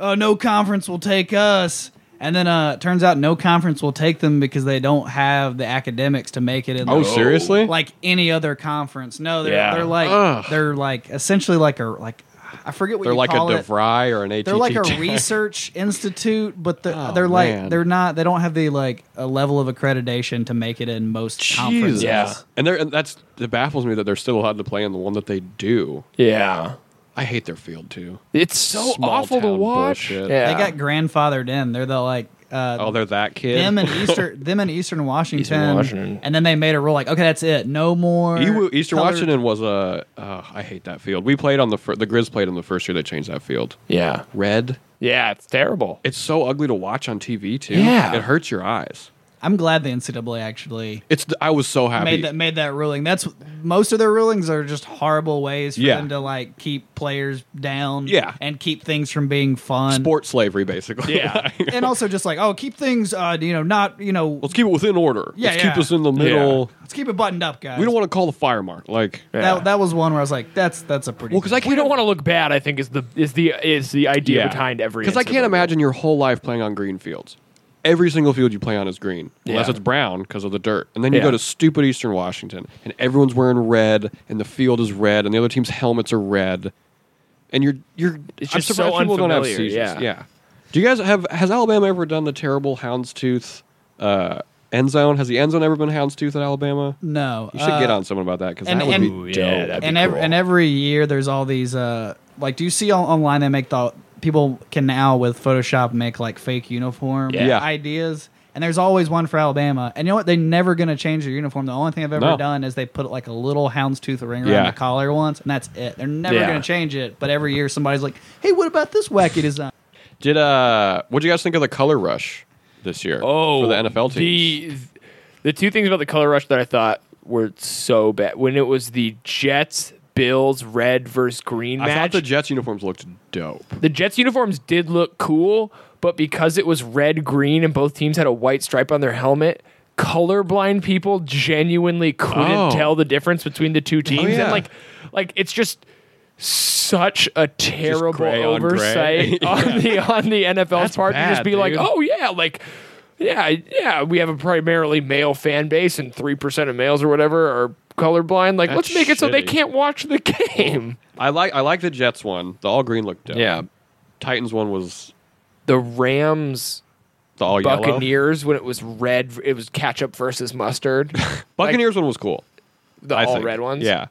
[SPEAKER 2] oh no conference will take us and then uh turns out no conference will take them because they don't have the academics to make it in
[SPEAKER 4] oh,
[SPEAKER 2] the
[SPEAKER 4] seriously?
[SPEAKER 2] like any other conference. No, they're
[SPEAKER 3] Yeah.
[SPEAKER 2] they're like
[SPEAKER 4] Ugh.
[SPEAKER 2] they're like essentially like a like I forget what
[SPEAKER 4] they're
[SPEAKER 2] you
[SPEAKER 4] like a
[SPEAKER 2] call it.
[SPEAKER 4] DeVry or an AT.
[SPEAKER 2] They're like a research institute, but they're,
[SPEAKER 4] Oh,
[SPEAKER 2] they're like
[SPEAKER 4] man.
[SPEAKER 2] they're not they don't have the like a level of accreditation to make it in most conferences.
[SPEAKER 3] Yeah.
[SPEAKER 4] And they're and that's it baffles me that they're still allowed to play in the one that they do.
[SPEAKER 3] Yeah.
[SPEAKER 4] I hate their field too.
[SPEAKER 3] It's so
[SPEAKER 4] Small
[SPEAKER 3] awful to
[SPEAKER 4] town
[SPEAKER 3] watch.
[SPEAKER 4] bullshit.
[SPEAKER 3] Yeah.
[SPEAKER 2] They got grandfathered in. They're the like uh,
[SPEAKER 4] Oh, they're that kid.
[SPEAKER 2] them and Eastern them and Eastern Washington,
[SPEAKER 3] Eastern Washington.
[SPEAKER 2] and then they made a rule like okay that's it no more
[SPEAKER 4] Ewu- E Eastern
[SPEAKER 2] colored-
[SPEAKER 4] Washington was a. Uh, I hate that field. We played on the fir- the Grizz played on the first year they changed that field.
[SPEAKER 3] yeah.
[SPEAKER 4] Red.
[SPEAKER 3] Yeah, it's terrible.
[SPEAKER 4] It's so ugly to watch on TV too.
[SPEAKER 3] Yeah.
[SPEAKER 4] it hurts your eyes.
[SPEAKER 2] I'm glad the NCAA actually
[SPEAKER 4] It's. I was so happy.
[SPEAKER 2] made that made that ruling. That's most of their rulings are just horrible ways for
[SPEAKER 4] Yeah.
[SPEAKER 2] them to like keep players down
[SPEAKER 4] Yeah.
[SPEAKER 2] and keep things from being fun.
[SPEAKER 4] Sports slavery, basically.
[SPEAKER 3] Yeah.
[SPEAKER 2] and also just like oh keep things uh you know not you know
[SPEAKER 4] Let's keep it within order.
[SPEAKER 2] Yeah,
[SPEAKER 4] Let's
[SPEAKER 2] yeah.
[SPEAKER 4] keep us in the middle.
[SPEAKER 2] let's keep it buttoned up guys
[SPEAKER 4] We don't want to call the fire mark. Like,
[SPEAKER 3] Yeah.
[SPEAKER 2] that, that was one where I was like that's that's a pretty
[SPEAKER 4] well, because I
[SPEAKER 3] we
[SPEAKER 4] can't.
[SPEAKER 3] don't want to look bad. I think is the is the is the idea
[SPEAKER 4] Yeah.
[SPEAKER 3] behind every.
[SPEAKER 4] Because I
[SPEAKER 3] incident.
[SPEAKER 4] can't imagine your whole life playing on green fields. Every single field you play on is green, unless
[SPEAKER 3] Yeah.
[SPEAKER 4] it's brown because of the dirt. And then you
[SPEAKER 3] Yeah.
[SPEAKER 4] go to stupid Eastern Washington, and everyone's wearing red, and the field is red, and the other team's helmets are red, and you're you're.
[SPEAKER 3] It's
[SPEAKER 4] I'm
[SPEAKER 3] just
[SPEAKER 4] surprised
[SPEAKER 3] so
[SPEAKER 4] people don't have
[SPEAKER 3] unfamiliar,
[SPEAKER 4] seizures.
[SPEAKER 3] yeah.
[SPEAKER 4] Do you guys have has Alabama ever done the terrible houndstooth uh, end zone? Has the end zone ever been houndstooth at Alabama?
[SPEAKER 2] no
[SPEAKER 4] You should
[SPEAKER 2] uh,
[SPEAKER 4] get on someone about that because
[SPEAKER 2] and-
[SPEAKER 4] that would
[SPEAKER 2] and-
[SPEAKER 4] be
[SPEAKER 2] Ooh,
[SPEAKER 4] dope.
[SPEAKER 3] yeah, that'd be
[SPEAKER 2] and every
[SPEAKER 3] cool.
[SPEAKER 2] and every year there's all these uh like do you see on, online they make the people can now with Photoshop make like fake uniform
[SPEAKER 3] Yeah.
[SPEAKER 4] Yeah.
[SPEAKER 2] ideas and there's always one for Alabama and you know what they're never gonna change their uniform the only thing I've ever
[SPEAKER 4] No.
[SPEAKER 2] done is they put like a little houndstooth ring around
[SPEAKER 4] Yeah.
[SPEAKER 2] the collar once and that's it they're never
[SPEAKER 3] Yeah.
[SPEAKER 2] gonna change it but every year somebody's like hey what about this wacky design
[SPEAKER 4] Did uh, what do you guys think of the color rush this year?
[SPEAKER 3] Oh,
[SPEAKER 4] for the NFL teams.
[SPEAKER 3] The the two things about the color rush that I thought were so bad when it was the Jets Bills red versus green
[SPEAKER 4] I thought
[SPEAKER 3] match.
[SPEAKER 4] the Jets uniforms looked dope.
[SPEAKER 3] the Jets uniforms did look cool, but because it was red green and both teams had a white stripe on their helmet, colorblind people genuinely couldn't
[SPEAKER 4] Oh.
[SPEAKER 3] tell the difference between the two teams.
[SPEAKER 4] yeah.
[SPEAKER 3] And like like it's just such a terrible
[SPEAKER 4] gray on gray.
[SPEAKER 3] oversight on, the on the NFL's part to just
[SPEAKER 4] bad,
[SPEAKER 3] be like,
[SPEAKER 4] dude.
[SPEAKER 3] oh yeah, like yeah, yeah, we have a primarily male fan base and three percent of males or whatever are colorblind. Like,
[SPEAKER 4] That's
[SPEAKER 3] let's make it so they
[SPEAKER 4] shitty.
[SPEAKER 3] can't watch the game.
[SPEAKER 4] I like I like the Jets one. The all green looked dope. Titans one was
[SPEAKER 3] The Rams
[SPEAKER 4] the all yellow.
[SPEAKER 3] Buccaneers when it was red, it was ketchup versus mustard.
[SPEAKER 4] Buccaneers one was cool.
[SPEAKER 3] The
[SPEAKER 4] I
[SPEAKER 3] all
[SPEAKER 4] think.
[SPEAKER 3] red ones.
[SPEAKER 4] Yeah.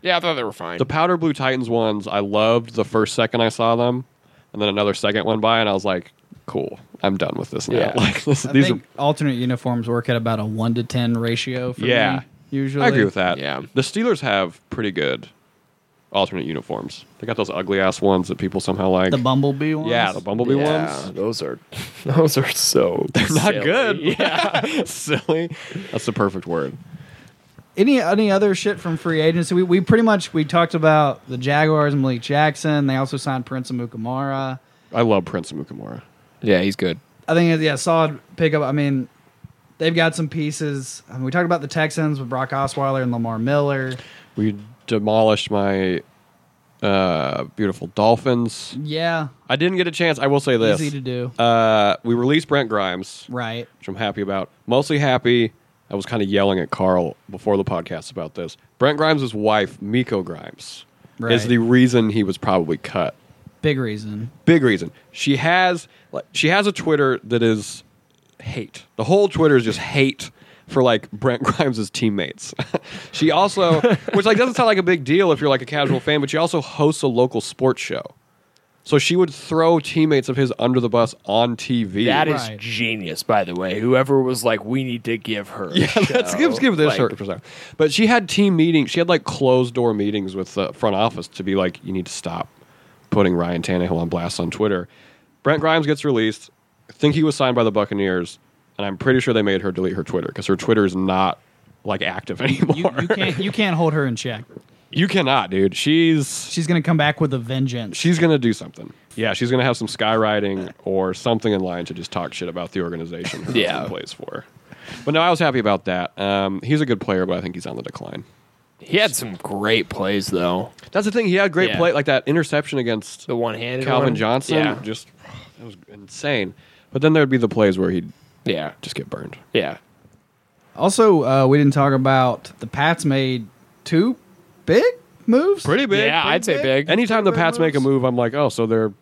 [SPEAKER 3] yeah, I thought they were fine.
[SPEAKER 4] The powder blue Titans ones, I loved the first second I saw them, and then another second went by, and I was like, "Cool, I'm done with this now."
[SPEAKER 3] Yeah.
[SPEAKER 4] Like this,
[SPEAKER 2] I
[SPEAKER 4] these,
[SPEAKER 2] think alternate uniforms work at about a one to ten ratio for
[SPEAKER 4] Yeah.
[SPEAKER 2] me. Usually,
[SPEAKER 4] I agree with that.
[SPEAKER 3] Yeah.
[SPEAKER 4] the Steelers have pretty good alternate uniforms. They got those ugly ass ones that people somehow like.
[SPEAKER 2] The bumblebee ones.
[SPEAKER 4] yeah, the bumblebee
[SPEAKER 3] yeah,
[SPEAKER 4] ones.
[SPEAKER 3] those are those are so they're
[SPEAKER 4] Not good.
[SPEAKER 3] Yeah.
[SPEAKER 4] Silly. That's the perfect word.
[SPEAKER 2] Any any other shit from free agency? We, we pretty much we talked about the Jaguars and Malik Jackson. They also signed Prince of Mukamara.
[SPEAKER 4] I love Prince of Mukamura.
[SPEAKER 3] yeah, he's good.
[SPEAKER 2] I think yeah, solid pickup. I mean, they've got some pieces. I mean, we talked about the Texans with Brock Osweiler and Lamar Miller.
[SPEAKER 4] We demolished my uh, beautiful Dolphins.
[SPEAKER 2] Yeah,
[SPEAKER 4] I didn't get a chance. I will say this.
[SPEAKER 2] easy to do.
[SPEAKER 4] Uh, we released Brent Grimes.
[SPEAKER 2] right.
[SPEAKER 4] which I'm happy about. Mostly happy. I was kind of yelling at Carl before the podcast about this. Brent Grimes' wife, Miko Grimes,
[SPEAKER 2] Right.
[SPEAKER 4] is the reason he was probably cut.
[SPEAKER 2] Big reason.
[SPEAKER 4] Big reason. She has like she has a Twitter that is hate. The whole Twitter is just hate for like Brent Grimes' teammates. she also which like doesn't sound like a big deal if you're like a casual fan, but she also hosts a local sports show. So she would throw teammates of his under the bus on TV.
[SPEAKER 3] That is
[SPEAKER 2] Right.
[SPEAKER 3] genius, by the way. Whoever was like, we need to give her. a
[SPEAKER 4] Yeah, let's
[SPEAKER 3] show."
[SPEAKER 4] give, let's give this
[SPEAKER 3] Like,
[SPEAKER 4] her. percent. But she had team meetings. She had like closed door meetings with the front office to be like, you need to stop putting Ryan Tannehill on blast on Twitter. Brent Grimes gets released. I think he was signed by the Buccaneers, and I'm pretty sure they made her delete her Twitter because her Twitter is not like active anymore.
[SPEAKER 2] You, you can't you can't hold her in check.
[SPEAKER 4] You cannot, dude. She's
[SPEAKER 2] She's gonna come back with a vengeance.
[SPEAKER 4] she's gonna do something. Yeah, she's gonna have some skywriting or something in line to just talk shit about the organization her
[SPEAKER 3] Yeah.
[SPEAKER 4] husband plays for. But no, I was happy about that. Um, he's a good player, but I think he's on the decline.
[SPEAKER 3] He had some great plays, though.
[SPEAKER 4] That's the thing. He had a great
[SPEAKER 3] Yeah.
[SPEAKER 4] play, like that interception against
[SPEAKER 3] The one handed
[SPEAKER 4] Calvin Johnson.
[SPEAKER 3] Yeah.
[SPEAKER 4] Just that was insane. But then there would be the plays where he'd
[SPEAKER 3] yeah.
[SPEAKER 4] just get burned.
[SPEAKER 3] Yeah.
[SPEAKER 2] Also, uh, we didn't talk about the Pats made two big moves.
[SPEAKER 4] Pretty big.
[SPEAKER 3] yeah, I'd say big.
[SPEAKER 4] Anytime the Pats make a
[SPEAKER 2] moves.
[SPEAKER 4] move, I'm like, oh, so they're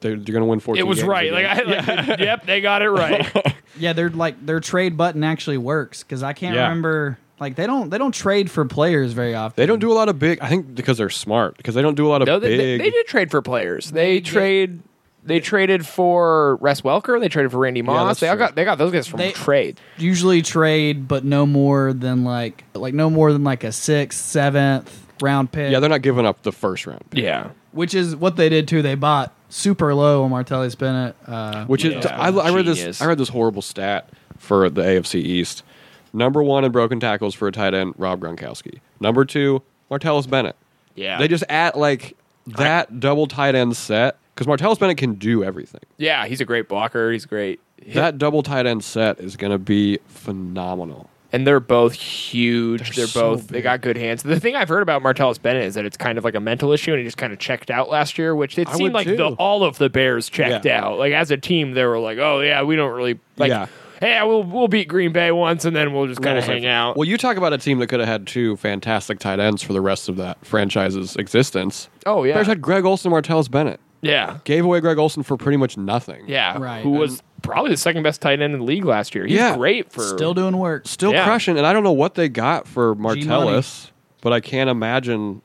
[SPEAKER 4] they're, they're going to win 14.
[SPEAKER 3] it was
[SPEAKER 4] games
[SPEAKER 3] right. Like,
[SPEAKER 4] again.
[SPEAKER 3] I, like yep, they got it right.
[SPEAKER 2] Yeah, they're like their trade button actually works because I can't
[SPEAKER 4] Yeah.
[SPEAKER 2] remember. Like they don't they don't trade for players very often.
[SPEAKER 4] they don't do a lot of big. I think because they're smart. Because they don't do a lot of
[SPEAKER 3] no, they,
[SPEAKER 4] big.
[SPEAKER 3] they, they did trade for players. They trade. They traded for Wes Welker. They traded for Randy Moss.
[SPEAKER 4] that's
[SPEAKER 3] they all
[SPEAKER 4] true.
[SPEAKER 3] got they got those guys from
[SPEAKER 2] They-
[SPEAKER 3] trade.
[SPEAKER 2] usually trade, but no more than like like no more than like a sixth, seventh round pick.
[SPEAKER 4] yeah, they're not giving up the first round, pick,
[SPEAKER 3] Yeah,
[SPEAKER 2] which is what they did too. They bought super low on Martellus Bennett. Uh,
[SPEAKER 4] which is
[SPEAKER 3] Yeah.
[SPEAKER 4] I, I read this
[SPEAKER 3] Genius.
[SPEAKER 4] I read this horrible stat for the AFC East. Number one in broken tackles for a tight end, Rob Gronkowski. Number two, Martellus Bennett.
[SPEAKER 3] yeah.
[SPEAKER 4] They just add like that double tight end set because Martellus Bennett can do everything.
[SPEAKER 3] yeah. He's a great blocker. He's great.
[SPEAKER 4] That double tight end set is going to be phenomenal.
[SPEAKER 3] and they're both huge. They're,
[SPEAKER 4] so
[SPEAKER 3] both they got good hands. The thing I've heard about Martellus Bennett is that it's kind of like a mental issue, and he just kind of checked out last year, which it
[SPEAKER 4] I would
[SPEAKER 3] seemed like the,
[SPEAKER 4] too.
[SPEAKER 3] all of the Bears checked
[SPEAKER 4] Yeah.
[SPEAKER 3] out. Like as a team, they were like, "Oh yeah, we don't really like."
[SPEAKER 4] Yeah.
[SPEAKER 3] Hey, we'll we'll beat Green Bay once, and then we'll just kind of hang out.
[SPEAKER 4] Well, you talk about a team that could have had two fantastic tight ends for the rest of that franchise's existence.
[SPEAKER 3] Oh, yeah.
[SPEAKER 4] Bears had Greg Olson, Martellus Bennett.
[SPEAKER 3] yeah,
[SPEAKER 4] Gave away Greg Olson for pretty much nothing.
[SPEAKER 3] yeah.
[SPEAKER 2] Right.
[SPEAKER 3] Who was probably the second best tight end in the league last year? He's
[SPEAKER 4] Yeah.
[SPEAKER 3] great for
[SPEAKER 2] still doing work.
[SPEAKER 4] Still
[SPEAKER 3] Yeah.
[SPEAKER 4] crushing, and I don't know what they got for
[SPEAKER 2] G-Money.
[SPEAKER 4] Martellus, but I can't imagine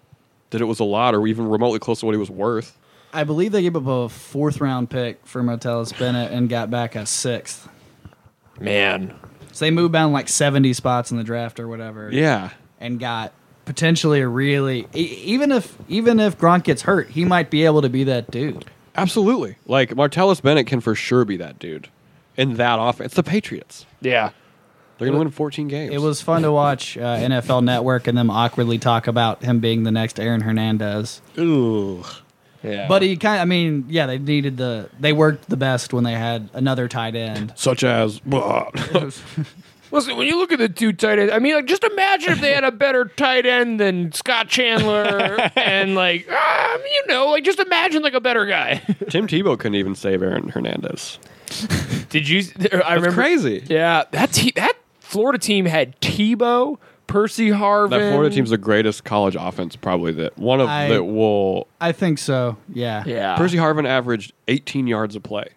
[SPEAKER 4] that it was a lot or even remotely close to what he was worth.
[SPEAKER 2] I believe they gave up a fourth round pick for Martellus Bennett and got back a sixth.
[SPEAKER 3] man.
[SPEAKER 2] So they moved down like seventy spots in the draft or whatever.
[SPEAKER 4] Yeah.
[SPEAKER 2] and got potentially a really e- even if even if Gronk gets hurt, he might be able to be that dude.
[SPEAKER 4] Absolutely. Like Martellus Bennett can for sure be that dude in that offense. It's the Patriots.
[SPEAKER 3] Yeah,
[SPEAKER 4] They're going to win 14 games.
[SPEAKER 2] It was fun to watch uh, NFL Network and them awkwardly talk about him being the next Aaron Hernandez.
[SPEAKER 4] Ooh.
[SPEAKER 3] yeah.
[SPEAKER 2] But he kind of, I mean, yeah, they needed the they worked the best when they had another tight end.
[SPEAKER 4] Such as.
[SPEAKER 3] Listen, when you look at the two tight ends, I mean, like, just imagine if they had a better tight end than Scott Chandler and, like, um, you know, like, just imagine, like, a better guy.
[SPEAKER 4] Tim Tebow couldn't even save Aaron Hernandez.
[SPEAKER 3] Did you? I remember.
[SPEAKER 4] crazy.
[SPEAKER 3] Yeah, that te- that Florida team had Tebow, Percy Harvin.
[SPEAKER 4] That Florida team's the greatest college offense, probably that one of
[SPEAKER 2] I-
[SPEAKER 4] that will.
[SPEAKER 2] I think so. Yeah.
[SPEAKER 3] Yeah,
[SPEAKER 4] Percy Harvin averaged 18 yards a play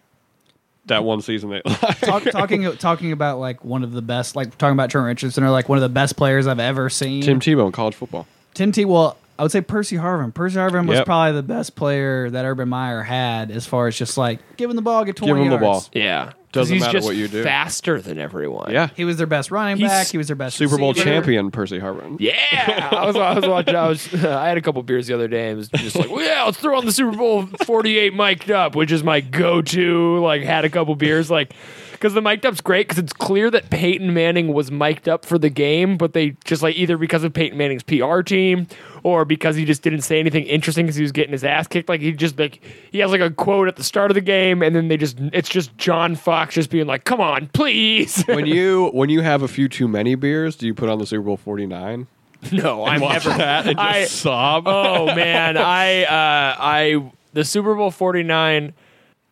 [SPEAKER 4] that one season. They
[SPEAKER 2] Talk, talking talking about like one of the best, like talking about Trent Richardson, or like one of the best players I've ever seen.
[SPEAKER 4] Tim Tebow in college football.
[SPEAKER 2] Tim T. Well, I would say Percy Harvin. Percy Harvin was
[SPEAKER 4] Yep.
[SPEAKER 2] probably the best player that Urban Meyer had as far as just like giving the ball, get twenty
[SPEAKER 4] Give him the
[SPEAKER 2] yards.
[SPEAKER 4] ball.
[SPEAKER 3] yeah. 'Cause
[SPEAKER 4] Doesn't
[SPEAKER 3] he's
[SPEAKER 4] matter
[SPEAKER 3] just
[SPEAKER 4] what you do.
[SPEAKER 3] Faster than everyone.
[SPEAKER 4] Yeah,
[SPEAKER 2] He was their best running
[SPEAKER 3] He's
[SPEAKER 2] back. He was their best
[SPEAKER 4] Super Bowl
[SPEAKER 2] receiver.
[SPEAKER 4] champion Percy Harvin.
[SPEAKER 3] Yeah, I was, I was watching. I was. I had a couple beers the other day and was just like, well, yeah, let's throw on the Super Bowl 48 mic'd up, which is my go-to. Like, had a couple beers, like, because the mic'd up's great because it's clear that Peyton Manning was mic'd up for the game, but they just like either because of Peyton Manning's PR team or because he just didn't say anything interesting because he was getting his ass kicked. Like he just like he has like a quote at the start of the game, and then they just it's just John Fox just being like, come on, please.
[SPEAKER 4] when you when you have a few too many beers, do you put on the Super Bowl 49?
[SPEAKER 3] no, I'm never.
[SPEAKER 4] that and just
[SPEAKER 3] I-
[SPEAKER 4] sob.
[SPEAKER 3] oh man, I uh, I the Super Bowl 49.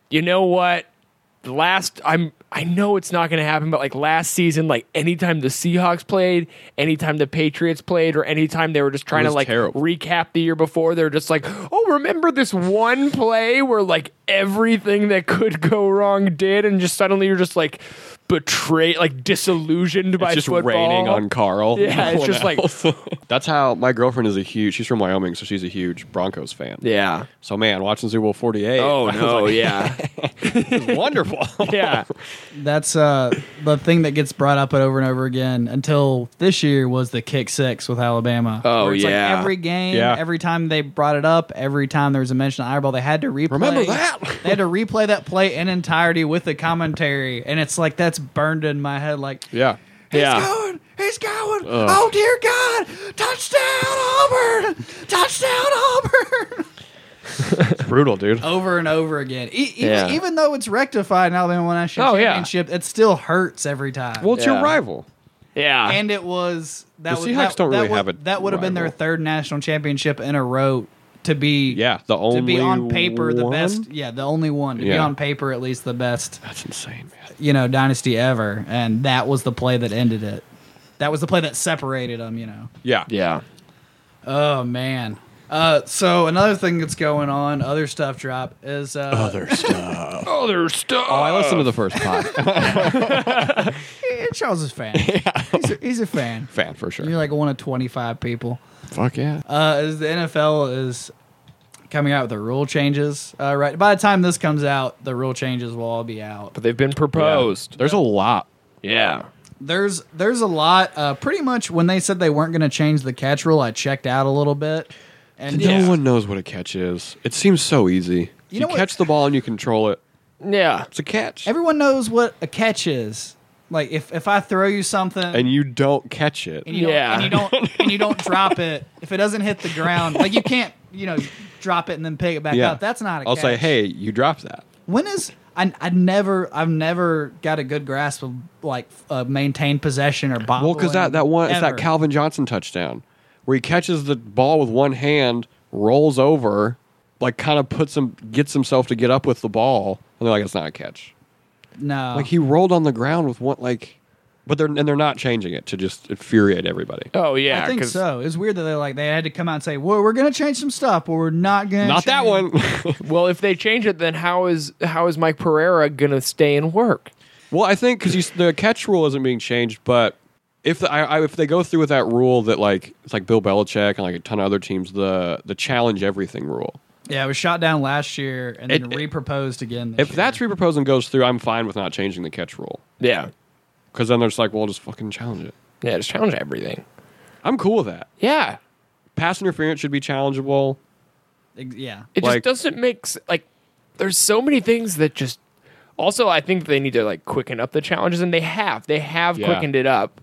[SPEAKER 3] You know what? The Last I'm I know it's not going to happen, but like last season, like anytime the Seahawks played, anytime the Patriots played, or anytime they were just trying to
[SPEAKER 4] was
[SPEAKER 3] like
[SPEAKER 4] terrible.
[SPEAKER 3] recap the year before, they're just like, oh, remember this one play where like everything that could go wrong did, and just suddenly you're just like betrayed, like disillusioned by
[SPEAKER 4] it's just
[SPEAKER 3] football.
[SPEAKER 4] raining on Carl.
[SPEAKER 3] Yeah, it's just like-
[SPEAKER 4] like that's how my girlfriend is a huge. She's from Wyoming, so she's a huge Broncos fan.
[SPEAKER 3] yeah.
[SPEAKER 4] So man, watching Super Bowl 48.
[SPEAKER 3] Oh
[SPEAKER 4] I was
[SPEAKER 3] no!
[SPEAKER 4] like,
[SPEAKER 3] yeah,
[SPEAKER 4] this is wonderful.
[SPEAKER 3] yeah.
[SPEAKER 2] That's uh, the thing that gets brought up over and over again until this year was the kick six with Alabama.
[SPEAKER 3] Oh,
[SPEAKER 2] Where it's
[SPEAKER 3] yeah.
[SPEAKER 2] like every game,
[SPEAKER 4] Yeah.
[SPEAKER 2] every time they brought it up, every time there was a mention of eyeball, they had to replay.
[SPEAKER 4] Remember that?
[SPEAKER 2] they had to replay that play in entirety with the commentary, and it's like that's burned in my head. Like
[SPEAKER 4] yeah.
[SPEAKER 2] he's
[SPEAKER 3] Yeah.
[SPEAKER 2] going, he's going. Oh dear God! Touchdown Auburn! Touchdown Auburn!
[SPEAKER 4] It's brutal, dude.
[SPEAKER 3] Oh,
[SPEAKER 2] over and over again. E- even,
[SPEAKER 3] Yeah.
[SPEAKER 2] even though it's rectified in Alabama won national
[SPEAKER 3] Oh, yeah.
[SPEAKER 2] championship, it still hurts every time.
[SPEAKER 4] Well, it's
[SPEAKER 3] Yeah.
[SPEAKER 4] your rival.
[SPEAKER 3] Yeah.
[SPEAKER 2] and it was that
[SPEAKER 4] The
[SPEAKER 2] was,
[SPEAKER 4] Seahawks
[SPEAKER 2] that,
[SPEAKER 4] don't
[SPEAKER 2] that
[SPEAKER 4] really
[SPEAKER 2] would,
[SPEAKER 4] have a
[SPEAKER 2] that would have been their
[SPEAKER 4] rival.
[SPEAKER 2] third national championship in a row to be
[SPEAKER 4] Yeah, the only
[SPEAKER 2] to be on paper the
[SPEAKER 4] one?
[SPEAKER 2] best yeah the only one to be
[SPEAKER 4] Yeah.
[SPEAKER 2] on paper at least the best
[SPEAKER 4] That's insane, man.
[SPEAKER 2] you know dynasty ever and that was the play that ended it that was the play that separated them you know
[SPEAKER 4] Yeah.
[SPEAKER 3] yeah.
[SPEAKER 2] oh man uh so another thing that's going on other stuff drop is uh
[SPEAKER 3] Other stuff.
[SPEAKER 4] Oh, I listened to the first pod.
[SPEAKER 2] Eh, Charles is a fan. He's, a, he's a fan.
[SPEAKER 4] Fan for sure.
[SPEAKER 2] You're like one of 25 people.
[SPEAKER 4] Fuck yeah.
[SPEAKER 2] Uh, is the NFL is coming out with the rule changes. Uh, right by the time this comes out, the rule changes will all be out.
[SPEAKER 3] but they've been proposed.
[SPEAKER 4] There's a lot.
[SPEAKER 3] Yeah.
[SPEAKER 2] There's there's a lot. Uh, pretty much when they said they weren't going to change the catch rule, I checked out a little bit. And
[SPEAKER 4] No
[SPEAKER 2] just-
[SPEAKER 4] one knows what a catch is. It seems so easy. You,
[SPEAKER 2] know what-
[SPEAKER 4] catch the ball and you control it.
[SPEAKER 3] Yeah.
[SPEAKER 4] It's a catch.
[SPEAKER 2] everyone knows what a catch is. Like if if I throw you something
[SPEAKER 4] and you don't catch it.
[SPEAKER 2] and you don't,
[SPEAKER 3] Yeah.
[SPEAKER 2] and you don't and you don't drop it if it doesn't hit the ground, like you can't you know drop it and then pick it back up. That's not. a
[SPEAKER 4] I'll say,
[SPEAKER 2] catch.
[SPEAKER 4] hey, you dropped that.
[SPEAKER 2] When is I? I never. I've never got a good grasp of like uh, maintained possession or ball.
[SPEAKER 4] Well, because that, that one it's that
[SPEAKER 2] Cal.
[SPEAKER 4] Calvin Johnson touchdown where he catches the ball with one hand, rolls over, like kind of puts him gets himself to get up with the ball, and they're like, it's not a catch.
[SPEAKER 2] No,
[SPEAKER 4] Like he rolled on the ground with one like, but they're and they're not changing it to just infuriate everybody.
[SPEAKER 3] Oh yeah.
[SPEAKER 2] I think
[SPEAKER 3] 'cause-
[SPEAKER 2] so. It's weird that they like they had to come out and say, "Well, we're gonna change some stuff, but we're not gonna
[SPEAKER 4] Not that
[SPEAKER 2] change-"
[SPEAKER 4] one.
[SPEAKER 3] Well, if they change it, then how is how is Mike Pereira gonna stay and work?
[SPEAKER 4] well, I think because the catch rule isn't being changed, but if the, I, I, if they go through with that rule that like it's like Bill Belichick and like a ton of other teams, the the challenge everything rule.
[SPEAKER 2] Yeah, it was shot down last year and then
[SPEAKER 4] It- it-
[SPEAKER 2] reproposed again. This
[SPEAKER 4] If
[SPEAKER 2] year.
[SPEAKER 4] that's reproposed and goes through, I'm fine with not changing the catch rule.
[SPEAKER 3] Yeah.
[SPEAKER 4] Because then they're just like, well, just fucking challenge it.
[SPEAKER 3] Yeah. Just challenge everything.
[SPEAKER 4] I'm cool with that.
[SPEAKER 3] Yeah.
[SPEAKER 4] Pass interference should be challengeable.
[SPEAKER 2] Ex- yeah,
[SPEAKER 3] It
[SPEAKER 4] Like-
[SPEAKER 3] just doesn't make s- like. There's so many things that just. Also, I think they need to like quicken up the challenges, and they have. They have
[SPEAKER 4] Yeah.
[SPEAKER 3] quickened it up,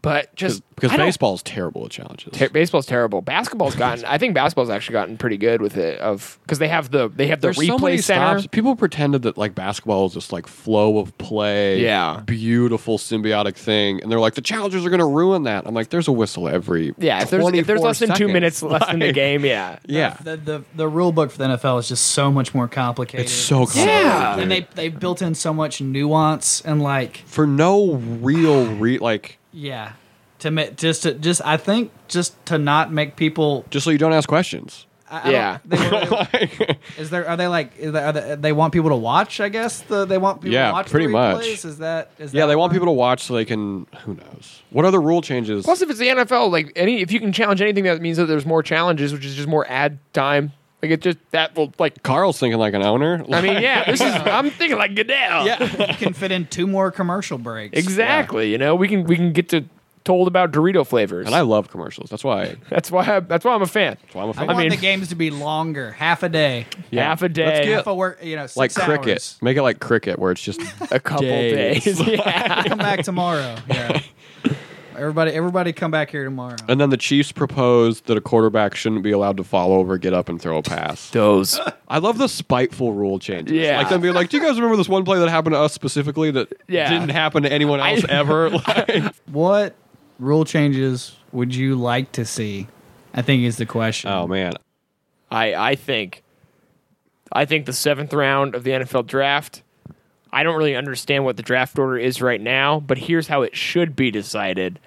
[SPEAKER 3] but just
[SPEAKER 4] because
[SPEAKER 3] I don't-
[SPEAKER 4] baseball's terrible at challenges.
[SPEAKER 3] Ter- baseball's terrible. Basketball's gotten. I think basketball's actually gotten pretty good with it. Of because they have the they have the
[SPEAKER 4] There's so many
[SPEAKER 3] replay center.
[SPEAKER 4] stops. People pretended that like basketball is this like flow of play,
[SPEAKER 3] Yeah.
[SPEAKER 4] beautiful symbiotic thing, and they're like the challengers are going to ruin that. I'm like, there's a whistle every
[SPEAKER 3] Yeah, if there's if there's
[SPEAKER 4] 24
[SPEAKER 3] less than two
[SPEAKER 4] seconds.
[SPEAKER 3] minutes left in the
[SPEAKER 4] Like,
[SPEAKER 3] game, yeah.
[SPEAKER 4] yeah,
[SPEAKER 2] The, the the rule book for the NFL is just so much more complicated.
[SPEAKER 4] it's so complicated.
[SPEAKER 3] Yeah.
[SPEAKER 2] and they they built in so much nuance and like
[SPEAKER 4] for no real re like
[SPEAKER 2] yeah to ma- just to just I think just to not make people
[SPEAKER 4] just so you don't ask questions.
[SPEAKER 2] I, I don't-
[SPEAKER 3] Yeah.
[SPEAKER 2] they- Is there? Are they like? Is there, are they, they want people to watch? I guess the, they want people
[SPEAKER 4] Yeah,
[SPEAKER 2] to watch. the
[SPEAKER 4] pretty much.
[SPEAKER 2] replays? Is that? Is
[SPEAKER 4] yeah,
[SPEAKER 2] that
[SPEAKER 4] they want
[SPEAKER 2] one?
[SPEAKER 4] people to watch so they can. Who knows what other rule changes?
[SPEAKER 3] Plus, if it's the NFL, like any if you can challenge anything, that means that there's more challenges, which is just more ad time. Like it just that will like.
[SPEAKER 4] Carl's thinking like an owner.
[SPEAKER 3] I mean, yeah, this is. I'm thinking like Goodell.
[SPEAKER 4] yeah.
[SPEAKER 2] You can fit in two more commercial breaks.
[SPEAKER 3] exactly. You know, we can we can get to told about Dorito flavors,
[SPEAKER 4] and I love commercials. That's why. That's
[SPEAKER 3] that's why I, that's why I'm a fan.
[SPEAKER 4] why I'm a
[SPEAKER 2] I
[SPEAKER 4] fan.
[SPEAKER 2] want
[SPEAKER 3] mean-
[SPEAKER 2] the games to be longer, half a day,
[SPEAKER 4] Yeah.
[SPEAKER 3] Half a
[SPEAKER 4] Let's
[SPEAKER 3] day,
[SPEAKER 4] get-
[SPEAKER 2] half a work. You know, six
[SPEAKER 4] like cricket.
[SPEAKER 2] hours.
[SPEAKER 4] Make it like cricket, where it's just
[SPEAKER 3] a couple
[SPEAKER 4] Days.
[SPEAKER 3] days. yeah.
[SPEAKER 2] Come back tomorrow. Yeah. everybody, everybody, come back here tomorrow.
[SPEAKER 4] And then the Chiefs proposed that a quarterback shouldn't be allowed to fall over, get up, and throw a pass.
[SPEAKER 3] Those.
[SPEAKER 4] I love the spiteful rule changes.
[SPEAKER 3] Yeah.
[SPEAKER 4] Like them being like, do you guys remember this one play that happened to us specifically that
[SPEAKER 3] Yeah.
[SPEAKER 4] didn't happen to anyone else
[SPEAKER 3] I-
[SPEAKER 4] ever? Like,
[SPEAKER 2] What rule changes would you like to see? I think is the question.
[SPEAKER 4] oh, man.
[SPEAKER 3] I I think I think the seventh round of the NFL draft. I don't really understand what the draft order is right now, but here's how it should be decided: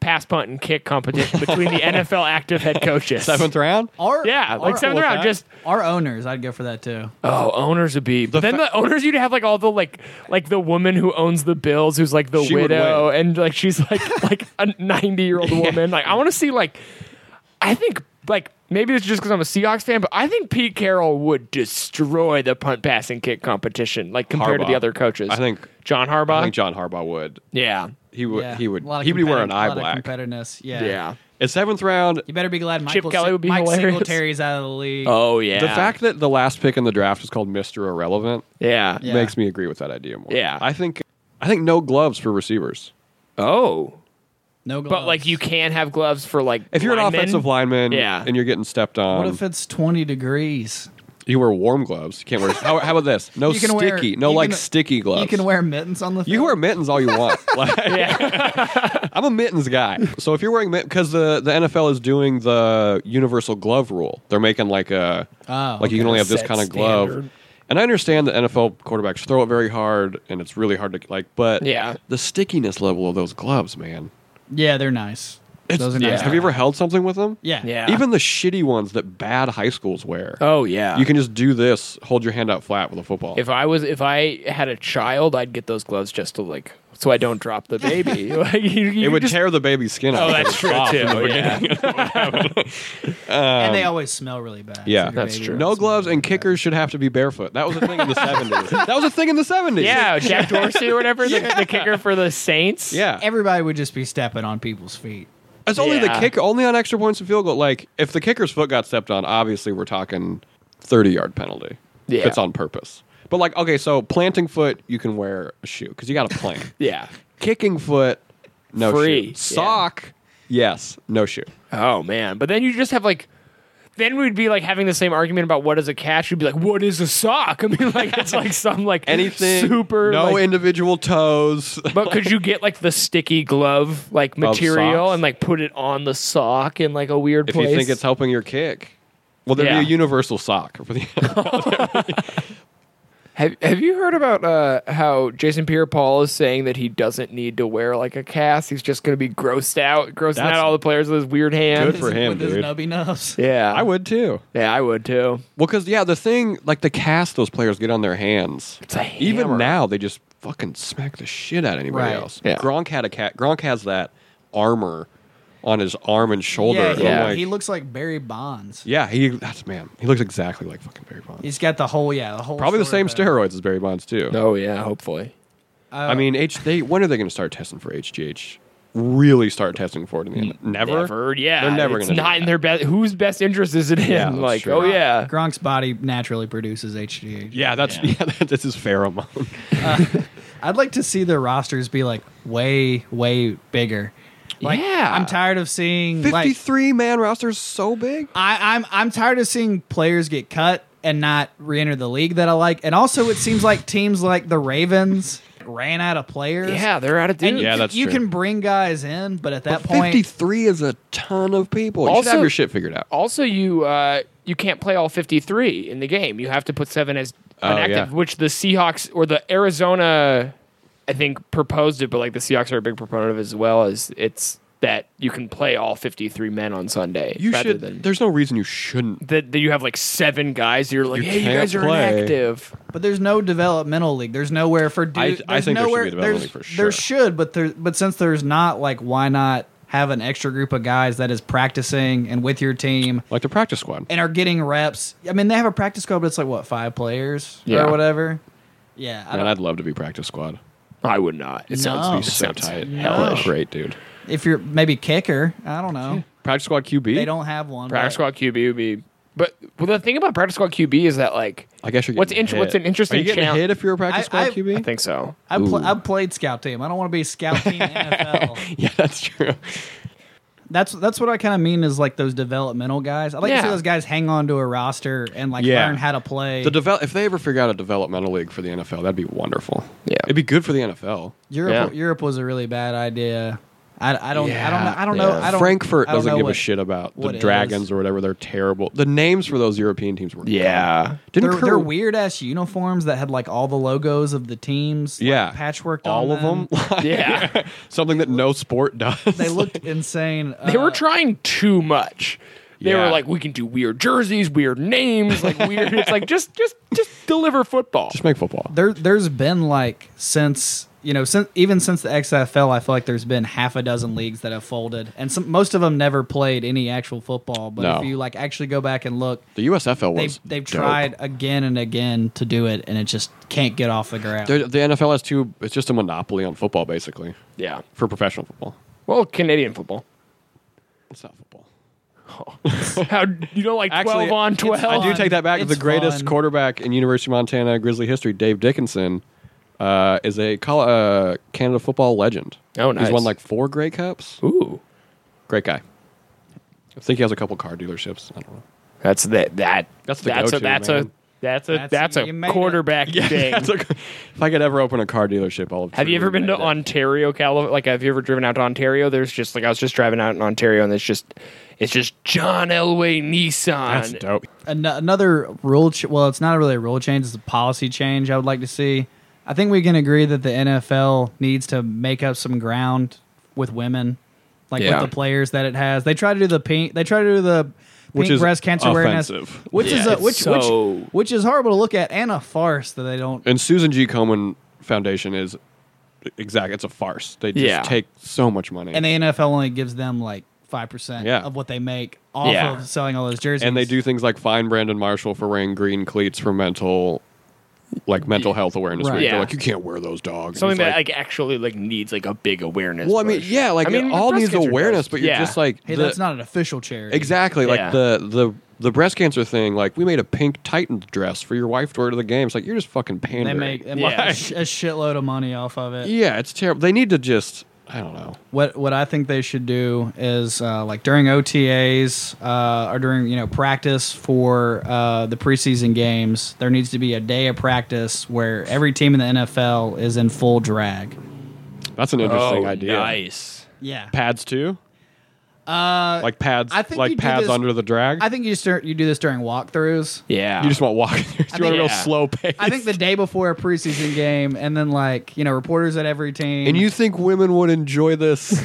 [SPEAKER 3] pass, punt, and kick competition between the NFL active head coaches.
[SPEAKER 4] Seventh round?
[SPEAKER 2] Our,
[SPEAKER 3] yeah,
[SPEAKER 2] our,
[SPEAKER 3] like seventh
[SPEAKER 4] with
[SPEAKER 3] round.
[SPEAKER 4] that.
[SPEAKER 3] Just
[SPEAKER 2] our owners, I'd go for that too.
[SPEAKER 3] oh, owners would be. but then the owners, you'd have like all the like like the woman who owns the Bills, who's like the
[SPEAKER 4] She would
[SPEAKER 3] widow, and like she's like like a ninety year old woman. Like I want to see like I think like maybe it's just because I'm a Seahawks fan, but I think Pete Carroll would destroy the punt, pass, and kick competition, like compared to
[SPEAKER 4] Harbaugh.
[SPEAKER 3] the other coaches.
[SPEAKER 4] I think-
[SPEAKER 3] John Harbaugh.
[SPEAKER 4] I think John Harbaugh would.
[SPEAKER 3] yeah,
[SPEAKER 4] He would.
[SPEAKER 2] Yeah.
[SPEAKER 4] Oh, He would.
[SPEAKER 2] A lot of
[SPEAKER 4] He'd be wearing
[SPEAKER 2] competi-
[SPEAKER 4] eye
[SPEAKER 2] lot of
[SPEAKER 4] black.
[SPEAKER 2] competitiveness. Yeah.
[SPEAKER 3] yeah.
[SPEAKER 4] At seventh round,
[SPEAKER 2] You better be glad Michael
[SPEAKER 3] Kelly would be
[SPEAKER 2] Mike
[SPEAKER 3] hilarious.
[SPEAKER 2] Singletary's out of the league.
[SPEAKER 3] Oh yeah.
[SPEAKER 4] the fact that the last pick in the draft is called Mister Irrelevant
[SPEAKER 3] Yeah.
[SPEAKER 2] Yeah.
[SPEAKER 4] makes me agree with that idea more.
[SPEAKER 3] Yeah.
[SPEAKER 4] I think. I think no gloves for receivers.
[SPEAKER 3] Oh.
[SPEAKER 2] no gloves.
[SPEAKER 3] But like you can have gloves for like
[SPEAKER 4] If you're
[SPEAKER 3] linemen.
[SPEAKER 4] an offensive lineman,
[SPEAKER 3] Yeah.
[SPEAKER 4] and you're getting stepped on,
[SPEAKER 2] What if it's 20 degrees?
[SPEAKER 4] You wear warm gloves. You can't wear. How, how about this? No
[SPEAKER 2] You can
[SPEAKER 4] sticky.
[SPEAKER 2] wear-
[SPEAKER 4] no
[SPEAKER 2] you
[SPEAKER 4] like
[SPEAKER 2] can-
[SPEAKER 4] sticky gloves.
[SPEAKER 2] You can wear mittens on the
[SPEAKER 4] You can wear mittens all you want. Like, I'm a mittens guy. So if you're wearing mittens, because the, the NFL is doing the universal glove rule, they're making like a
[SPEAKER 2] Oh,
[SPEAKER 4] like you can
[SPEAKER 2] okay.
[SPEAKER 4] only have this
[SPEAKER 3] Set
[SPEAKER 4] kind of glove.
[SPEAKER 3] standard.
[SPEAKER 4] And I understand that NFL quarterbacks throw it very hard, and it's really hard to like. But
[SPEAKER 3] Yeah.
[SPEAKER 4] the stickiness level of those gloves, man.
[SPEAKER 2] Yeah, they're nice. Those are nice.
[SPEAKER 3] yeah.
[SPEAKER 4] Have you ever held something with them?
[SPEAKER 2] Yeah.
[SPEAKER 3] Yeah.
[SPEAKER 4] Even the shitty ones that bad high schools wear.
[SPEAKER 3] Oh yeah.
[SPEAKER 4] You can just do this, hold your hand out flat with a football.
[SPEAKER 3] If I was, if I had a child, I'd get those gloves just to like, so I don't drop the baby. like, you, you
[SPEAKER 4] it would
[SPEAKER 3] just,
[SPEAKER 4] tear the baby's skin off.
[SPEAKER 3] Oh, that's true too. Yeah.
[SPEAKER 2] And they always smell really bad.
[SPEAKER 4] Um, Yeah,
[SPEAKER 2] So your
[SPEAKER 3] that's
[SPEAKER 2] baby
[SPEAKER 3] true.
[SPEAKER 2] will
[SPEAKER 4] No
[SPEAKER 2] smell
[SPEAKER 4] gloves
[SPEAKER 2] really
[SPEAKER 4] and
[SPEAKER 2] bad.
[SPEAKER 4] kickers should have to be barefoot. That was a thing in the 70s. That was a thing in the 70s.
[SPEAKER 3] yeah, Jack Dorsey or whatever, the, the kicker for the Saints.
[SPEAKER 4] Yeah.
[SPEAKER 2] Everybody would just be stepping on people's feet.
[SPEAKER 4] it's only the
[SPEAKER 3] Yeah.
[SPEAKER 4] kicker, only on extra points and field goal. Like, if the kicker's foot got stepped on, obviously we're talking 30 yard penalty. If
[SPEAKER 3] Yeah.
[SPEAKER 4] it's on purpose. But, like, okay, so planting foot, you can wear a shoe because you got to plant.
[SPEAKER 3] yeah.
[SPEAKER 4] Kicking foot, no
[SPEAKER 3] Free,
[SPEAKER 4] shoe.
[SPEAKER 3] yeah.
[SPEAKER 4] Sock, yes, no shoe.
[SPEAKER 3] Oh man, but then you just have like. Then we'd be like having the same argument about what is a catch. We'd be like, "What is a sock?" I mean, like it's like some like
[SPEAKER 4] Anything.
[SPEAKER 3] super.
[SPEAKER 4] No
[SPEAKER 3] like-
[SPEAKER 4] individual toes.
[SPEAKER 3] but could you get like the sticky glove like material
[SPEAKER 4] socks?
[SPEAKER 3] and like put it on the sock in like a weird
[SPEAKER 4] if
[SPEAKER 3] place?
[SPEAKER 4] you think it's helping your kick. Well, there'd
[SPEAKER 3] Yeah.
[SPEAKER 4] be a universal sock for the.
[SPEAKER 3] Have Have you heard about uh, how Jason Pierre-Paul is saying that he doesn't need to wear like a cast? He's just going to be grossed out, grossing
[SPEAKER 4] That's-
[SPEAKER 3] out all the players with his weird hand.
[SPEAKER 4] Good for him,
[SPEAKER 2] With his
[SPEAKER 4] dude.
[SPEAKER 2] nubby nubs.
[SPEAKER 3] Yeah,
[SPEAKER 4] I would too.
[SPEAKER 3] Yeah, I would too.
[SPEAKER 4] Well, because yeah, the thing like the cast those players get on their hands.
[SPEAKER 3] It's a hammer.
[SPEAKER 4] Even now, they just fucking smack the shit out of anybody
[SPEAKER 2] Right.
[SPEAKER 4] else.
[SPEAKER 3] Yeah.
[SPEAKER 4] Gronk had a cat. Gronk has that armor on his arm and shoulder.
[SPEAKER 2] Yeah,
[SPEAKER 4] and
[SPEAKER 2] he,
[SPEAKER 4] I'm
[SPEAKER 3] yeah.
[SPEAKER 4] like-
[SPEAKER 2] he looks like Barry Bonds.
[SPEAKER 4] oh yeah, he. That's man. He looks exactly like fucking Barry Bonds.
[SPEAKER 2] He's got the whole, yeah, the whole.
[SPEAKER 4] Probably the
[SPEAKER 2] sort
[SPEAKER 4] same
[SPEAKER 2] of a-
[SPEAKER 4] steroids as Barry Bonds too.
[SPEAKER 3] Oh yeah, hopefully.
[SPEAKER 4] I mean, H. They when are they going to start testing for HGH? Really start testing for it in the end? Never.
[SPEAKER 3] Never. Yeah,
[SPEAKER 4] They're never
[SPEAKER 3] It's
[SPEAKER 4] gonna do
[SPEAKER 3] not
[SPEAKER 4] that.
[SPEAKER 3] in their best. Whose best interest is it in?
[SPEAKER 4] Yeah, that's
[SPEAKER 3] like,
[SPEAKER 4] true.
[SPEAKER 3] oh yeah,
[SPEAKER 2] Gronk's body naturally produces HGH.
[SPEAKER 4] Yeah, that's yeah. that's his pheromone.
[SPEAKER 2] I'd like to see the rosters be like way, way bigger. Like,
[SPEAKER 3] Yeah.
[SPEAKER 2] I'm tired of seeing like
[SPEAKER 4] 53 man roster's so big.
[SPEAKER 2] I, I'm I'm tired of seeing players get cut and not re-enter the league that I like. And also, it seems like teams like the Ravens ran out of players.
[SPEAKER 3] Yeah, they're out of
[SPEAKER 2] And
[SPEAKER 3] dudes.
[SPEAKER 4] Yeah,
[SPEAKER 2] you,
[SPEAKER 4] that's
[SPEAKER 2] you
[SPEAKER 4] true.
[SPEAKER 2] can bring guys in, but at that
[SPEAKER 4] But
[SPEAKER 2] point,
[SPEAKER 4] 53 is a ton of people. You should
[SPEAKER 3] Also-
[SPEAKER 4] have your shit figured out.
[SPEAKER 3] Also, you uh, you can't play all 53 in the game. You have to put seven as an
[SPEAKER 4] Oh,
[SPEAKER 3] active,
[SPEAKER 4] yeah.
[SPEAKER 3] which the Seahawks or the Arizona, I think, proposed it, but like the Seahawks are a big proponent of it as well. Is it's that you can play all 53 men on Sunday.
[SPEAKER 4] You
[SPEAKER 3] rather
[SPEAKER 4] should.
[SPEAKER 3] Than,
[SPEAKER 4] There's no reason you shouldn't.
[SPEAKER 3] that, that you have like seven guys. You're like,
[SPEAKER 4] You
[SPEAKER 3] hey, you
[SPEAKER 4] can't
[SPEAKER 3] guys are
[SPEAKER 4] play."
[SPEAKER 3] inactive.
[SPEAKER 2] but there's no developmental league. There's nowhere for
[SPEAKER 4] I-
[SPEAKER 2] dudes.
[SPEAKER 4] I think there should be a
[SPEAKER 2] nowhere,
[SPEAKER 4] developmental
[SPEAKER 2] there's-
[SPEAKER 4] league for
[SPEAKER 2] There
[SPEAKER 4] sure.
[SPEAKER 2] should, but there, but since there's not, like, why not have an extra group of guys that is practicing and with your team
[SPEAKER 4] Like the practice squad.
[SPEAKER 2] and are getting reps? I mean, they have a practice squad, but it's like what five players
[SPEAKER 3] Yeah.
[SPEAKER 2] or whatever. Yeah, I
[SPEAKER 4] Man,
[SPEAKER 2] don't,
[SPEAKER 4] I'd love to be practice squad.
[SPEAKER 3] I would not. It sounds
[SPEAKER 2] No.
[SPEAKER 4] Be
[SPEAKER 3] it
[SPEAKER 4] so
[SPEAKER 3] sounds
[SPEAKER 4] tight.
[SPEAKER 3] Hellish.
[SPEAKER 4] Great, dude.
[SPEAKER 2] if you're maybe kicker, I don't know.
[SPEAKER 4] Practice squad QB.
[SPEAKER 2] They don't have one.
[SPEAKER 3] Practice
[SPEAKER 2] but-
[SPEAKER 3] squad QB would be. But well, the thing about practice squad QB is that like
[SPEAKER 4] I guess you're.
[SPEAKER 3] what's
[SPEAKER 4] getting
[SPEAKER 3] inter-
[SPEAKER 4] hit.
[SPEAKER 3] what's an interesting
[SPEAKER 4] Are you getting
[SPEAKER 3] challenge-
[SPEAKER 4] hit if you're a practice
[SPEAKER 2] I-
[SPEAKER 4] squad
[SPEAKER 2] I-
[SPEAKER 4] QB?
[SPEAKER 3] I think so.
[SPEAKER 2] I, pl-
[SPEAKER 4] Ooh.
[SPEAKER 2] I played scout team. I don't want to be scout team NFL.
[SPEAKER 4] yeah, that's true.
[SPEAKER 2] That's that's what I kind of mean is like those developmental guys. I like to
[SPEAKER 3] Yeah.
[SPEAKER 2] see those guys hang on to a roster and like
[SPEAKER 4] Yeah.
[SPEAKER 2] learn how to play.
[SPEAKER 4] The devel- if they ever figure out a developmental league for the NFL, that'd be wonderful.
[SPEAKER 3] Yeah.
[SPEAKER 4] it'd be good for the NFL.
[SPEAKER 2] Europe
[SPEAKER 3] Yeah.
[SPEAKER 2] Europe was a really bad idea. I, I don't I don't know I don't know
[SPEAKER 4] Yeah.
[SPEAKER 2] I don't
[SPEAKER 4] Frankfurt
[SPEAKER 2] I don't
[SPEAKER 4] doesn't
[SPEAKER 2] know
[SPEAKER 4] give a
[SPEAKER 2] what-
[SPEAKER 4] shit about
[SPEAKER 2] what
[SPEAKER 4] the
[SPEAKER 2] it
[SPEAKER 4] Dragons
[SPEAKER 2] is.
[SPEAKER 4] or whatever. They're terrible. The names for those European teams were
[SPEAKER 3] Yeah.
[SPEAKER 4] Didn't
[SPEAKER 2] They're,
[SPEAKER 4] Kurt-
[SPEAKER 2] they're weird ass uniforms that had like all the logos of the teams. like,
[SPEAKER 4] Yeah,
[SPEAKER 2] patchworked
[SPEAKER 4] all
[SPEAKER 2] on
[SPEAKER 4] of them.
[SPEAKER 3] Yeah.
[SPEAKER 4] Something that no sport does.
[SPEAKER 2] They looked insane.
[SPEAKER 3] They were
[SPEAKER 2] Uh,
[SPEAKER 3] trying too much. They
[SPEAKER 4] Yeah.
[SPEAKER 3] were like, we can do weird jerseys, weird names, like weird. it's like just, just, just deliver football.
[SPEAKER 4] Just make football.
[SPEAKER 2] there there's been like since you know since even since the XFL I feel like there's been half a dozen leagues that have folded and some most of them never played any actual football but
[SPEAKER 4] No.
[SPEAKER 2] if you like actually go back and look
[SPEAKER 4] The USFL was.
[SPEAKER 2] they've they've
[SPEAKER 4] dope.
[SPEAKER 2] tried again and again to do it and it just can't get off the ground
[SPEAKER 4] They're- the NFL has two. It's just a monopoly on football, basically,
[SPEAKER 3] yeah.
[SPEAKER 4] for professional football.
[SPEAKER 3] Well, Canadian football.
[SPEAKER 4] It's not football.
[SPEAKER 3] How you don't like twelve on twelve?
[SPEAKER 4] I do take that back.
[SPEAKER 2] It's
[SPEAKER 4] the greatest
[SPEAKER 2] fun.
[SPEAKER 4] quarterback in University of Montana Grizzly history, Dave Dickinson, uh, is a col- uh, Canada football legend.
[SPEAKER 3] Oh, nice.
[SPEAKER 4] He's won like four Grey Cups.
[SPEAKER 3] Ooh,
[SPEAKER 4] Great guy. I think he has a couple car dealerships. I don't know.
[SPEAKER 3] that's that. That
[SPEAKER 4] That's the
[SPEAKER 3] that's a
[SPEAKER 4] go-to,
[SPEAKER 3] that's a
[SPEAKER 4] man.
[SPEAKER 3] that's a
[SPEAKER 2] That's-
[SPEAKER 3] that's
[SPEAKER 2] you
[SPEAKER 3] a
[SPEAKER 2] made it.
[SPEAKER 3] quarterback thing.
[SPEAKER 4] That's okay. if I could ever open a car dealership, I'll.
[SPEAKER 3] Have you ever been to Ontario, California? Like, have you ever driven out to Ontario? There's just like I was just driving out in Ontario, and it's just it's just John Elway Nissan.
[SPEAKER 4] That's dope.
[SPEAKER 2] An- another rule ch- well it's not really a rule change it's a policy change I would like to see I think we can agree that the NFL needs to make up some ground with women like
[SPEAKER 3] Yeah.
[SPEAKER 2] with the players that it has they try to do the pink they try to do the
[SPEAKER 4] Which
[SPEAKER 2] pink
[SPEAKER 4] is
[SPEAKER 2] breast cancer awareness
[SPEAKER 4] offensive.
[SPEAKER 2] which
[SPEAKER 3] Yeah,
[SPEAKER 2] is a,
[SPEAKER 3] it's
[SPEAKER 2] which
[SPEAKER 3] so-
[SPEAKER 2] which which is horrible to look at and a farce that they don't
[SPEAKER 4] And Susan G. Komen Foundation is exact. It's a farce. They just
[SPEAKER 3] Yeah.
[SPEAKER 4] take so much money,
[SPEAKER 2] and the NFL only gives them like five percent
[SPEAKER 4] Yeah.
[SPEAKER 2] of what they make off
[SPEAKER 3] Yeah.
[SPEAKER 2] of selling all those jerseys
[SPEAKER 4] and they do things like fine Brandon Marshall for wearing green cleats for mental, like mental health awareness.
[SPEAKER 2] Right.
[SPEAKER 4] week.
[SPEAKER 3] Yeah.
[SPEAKER 4] They're like you can't wear those dogs.
[SPEAKER 3] something
[SPEAKER 4] He's
[SPEAKER 3] that like actually like needs like a big awareness.
[SPEAKER 4] well, I mean,
[SPEAKER 3] push.
[SPEAKER 4] yeah, like
[SPEAKER 3] I mean,
[SPEAKER 4] it all
[SPEAKER 3] breast
[SPEAKER 4] needs
[SPEAKER 3] cancer
[SPEAKER 4] awareness,
[SPEAKER 3] does.
[SPEAKER 4] but you're
[SPEAKER 3] Yeah.
[SPEAKER 4] just like
[SPEAKER 2] hey
[SPEAKER 4] the-
[SPEAKER 2] that's not an official charity
[SPEAKER 4] exactly
[SPEAKER 3] Yeah.
[SPEAKER 4] like the the the breast cancer thing. Like we made a pink Titan dress for your wife to wear to the games. Like you're just fucking
[SPEAKER 2] they
[SPEAKER 4] pandering.
[SPEAKER 2] make, they make
[SPEAKER 3] Yeah.
[SPEAKER 2] a, sh- a shitload of money off of it
[SPEAKER 4] yeah, it's terrible. They need to just I don't know.
[SPEAKER 2] what what I think they should do is uh, like during OTAs uh, or during you know practice for uh, the preseason games, there needs to be a day of practice where every team in the NFL is in full drag.
[SPEAKER 4] That's an interesting
[SPEAKER 3] oh,
[SPEAKER 4] idea.
[SPEAKER 3] Nice.
[SPEAKER 2] Yeah,
[SPEAKER 4] Pads too. Uh, like pads.
[SPEAKER 2] I think you
[SPEAKER 4] like
[SPEAKER 2] do
[SPEAKER 4] pads
[SPEAKER 2] this-
[SPEAKER 4] under the drag.
[SPEAKER 2] I think you start you do this during walkthroughs.
[SPEAKER 3] Yeah.
[SPEAKER 4] you just want walking. you want a
[SPEAKER 2] think-
[SPEAKER 4] real
[SPEAKER 3] yeah.
[SPEAKER 4] slow pace.
[SPEAKER 2] I think the day before a preseason game, and then like you know reporters at every team.
[SPEAKER 4] And you think women would enjoy this?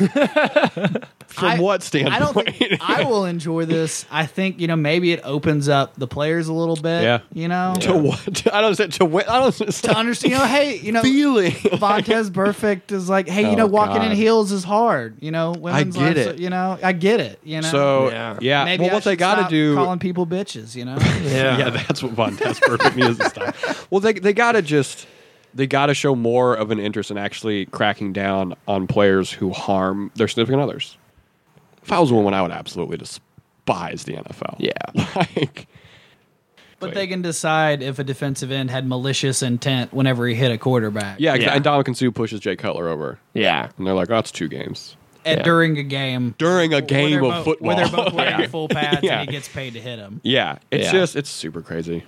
[SPEAKER 4] From
[SPEAKER 2] I-
[SPEAKER 4] what
[SPEAKER 2] I
[SPEAKER 4] standpoint?
[SPEAKER 2] don't think I will enjoy this. I think you know maybe it opens up the players a little bit.
[SPEAKER 4] Yeah.
[SPEAKER 2] you know
[SPEAKER 4] to what? I don't say to what? I don't
[SPEAKER 2] to
[SPEAKER 4] understand.
[SPEAKER 2] understand. You know, hey, you know
[SPEAKER 4] Feeling.
[SPEAKER 2] Vontez Perfect is like, hey, you
[SPEAKER 4] Oh,
[SPEAKER 2] know, walking
[SPEAKER 4] God.
[SPEAKER 2] in heels is hard. You know, women's
[SPEAKER 4] get
[SPEAKER 2] lives-
[SPEAKER 4] it.
[SPEAKER 2] You know, I get it. You know,
[SPEAKER 4] So
[SPEAKER 3] Yeah.
[SPEAKER 4] yeah,
[SPEAKER 2] maybe
[SPEAKER 4] well,
[SPEAKER 2] I
[SPEAKER 4] what they
[SPEAKER 2] should
[SPEAKER 4] got to
[SPEAKER 2] stop
[SPEAKER 4] do?
[SPEAKER 2] calling people bitches. You know,
[SPEAKER 4] yeah.
[SPEAKER 3] Yeah.
[SPEAKER 4] that's what Von Tess perfect music style. Well, they they got to just they got to show more of an interest in actually cracking down on players who harm their significant others. If I was a woman, I would absolutely despise the NFL.
[SPEAKER 3] Yeah.
[SPEAKER 4] like
[SPEAKER 2] but they can decide if a defensive end had malicious intent whenever he hit a quarterback.
[SPEAKER 4] yeah,
[SPEAKER 3] Yeah.
[SPEAKER 4] yeah. and Dominican Sue pushes Jay Cutler over,
[SPEAKER 3] Yeah.
[SPEAKER 4] and they're like, "Oh, it's two games."
[SPEAKER 2] at, during a game.
[SPEAKER 4] during a
[SPEAKER 2] where
[SPEAKER 4] game
[SPEAKER 2] they're
[SPEAKER 4] of
[SPEAKER 2] both-
[SPEAKER 4] football.
[SPEAKER 2] Where they're both wearing
[SPEAKER 3] Yeah.
[SPEAKER 2] full pads
[SPEAKER 4] Yeah.
[SPEAKER 2] and he gets paid to hit him.
[SPEAKER 4] yeah, it's
[SPEAKER 3] Yeah.
[SPEAKER 4] just it's super crazy.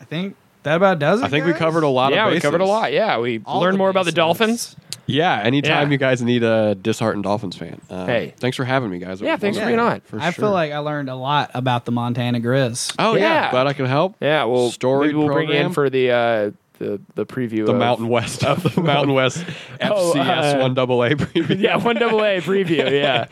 [SPEAKER 2] I think that about does it.
[SPEAKER 4] I think we
[SPEAKER 2] guys?
[SPEAKER 4] covered a lot.
[SPEAKER 3] yeah,
[SPEAKER 4] of
[SPEAKER 3] we
[SPEAKER 4] bases.
[SPEAKER 3] covered a lot. Yeah, we
[SPEAKER 2] All
[SPEAKER 3] learned
[SPEAKER 2] the
[SPEAKER 3] more about the
[SPEAKER 2] bases.
[SPEAKER 3] Dolphins.
[SPEAKER 4] Yeah, anytime
[SPEAKER 3] Yeah.
[SPEAKER 4] you guys need a disheartened Dolphins fan. Uh,
[SPEAKER 3] Hey.
[SPEAKER 4] thanks for having me, guys. It
[SPEAKER 3] Yeah,
[SPEAKER 4] was
[SPEAKER 3] thanks for
[SPEAKER 4] wonderful,
[SPEAKER 3] being on.
[SPEAKER 4] For
[SPEAKER 2] I
[SPEAKER 4] sure.
[SPEAKER 2] feel like I learned a lot about the Montana Grizz.
[SPEAKER 4] oh yeah.
[SPEAKER 3] Yeah.
[SPEAKER 4] glad I can help.
[SPEAKER 3] Yeah, well,
[SPEAKER 4] Story
[SPEAKER 3] maybe we'll bring you in
[SPEAKER 4] program.
[SPEAKER 3] for the uh, the the preview.
[SPEAKER 4] the
[SPEAKER 3] of,
[SPEAKER 4] Mountain West, the Mountain West
[SPEAKER 3] Oh,
[SPEAKER 4] FCS
[SPEAKER 3] uh,
[SPEAKER 4] one double A preview.
[SPEAKER 3] Yeah, one double A preview. Yeah,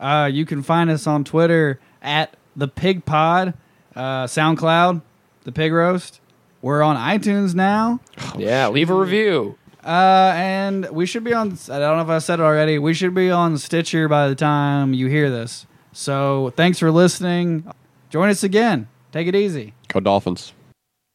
[SPEAKER 2] Uh, you can find us on Twitter at the Pig Pod, uh, SoundCloud, the Pig Roast. We're on iTunes now,
[SPEAKER 3] yeah. Leave a review.
[SPEAKER 2] uh, and we should be on. I don't know if I said it already. We should be on Stitcher by the time you hear this. So thanks for listening. Join us again. Take it easy.
[SPEAKER 4] Go Dolphins.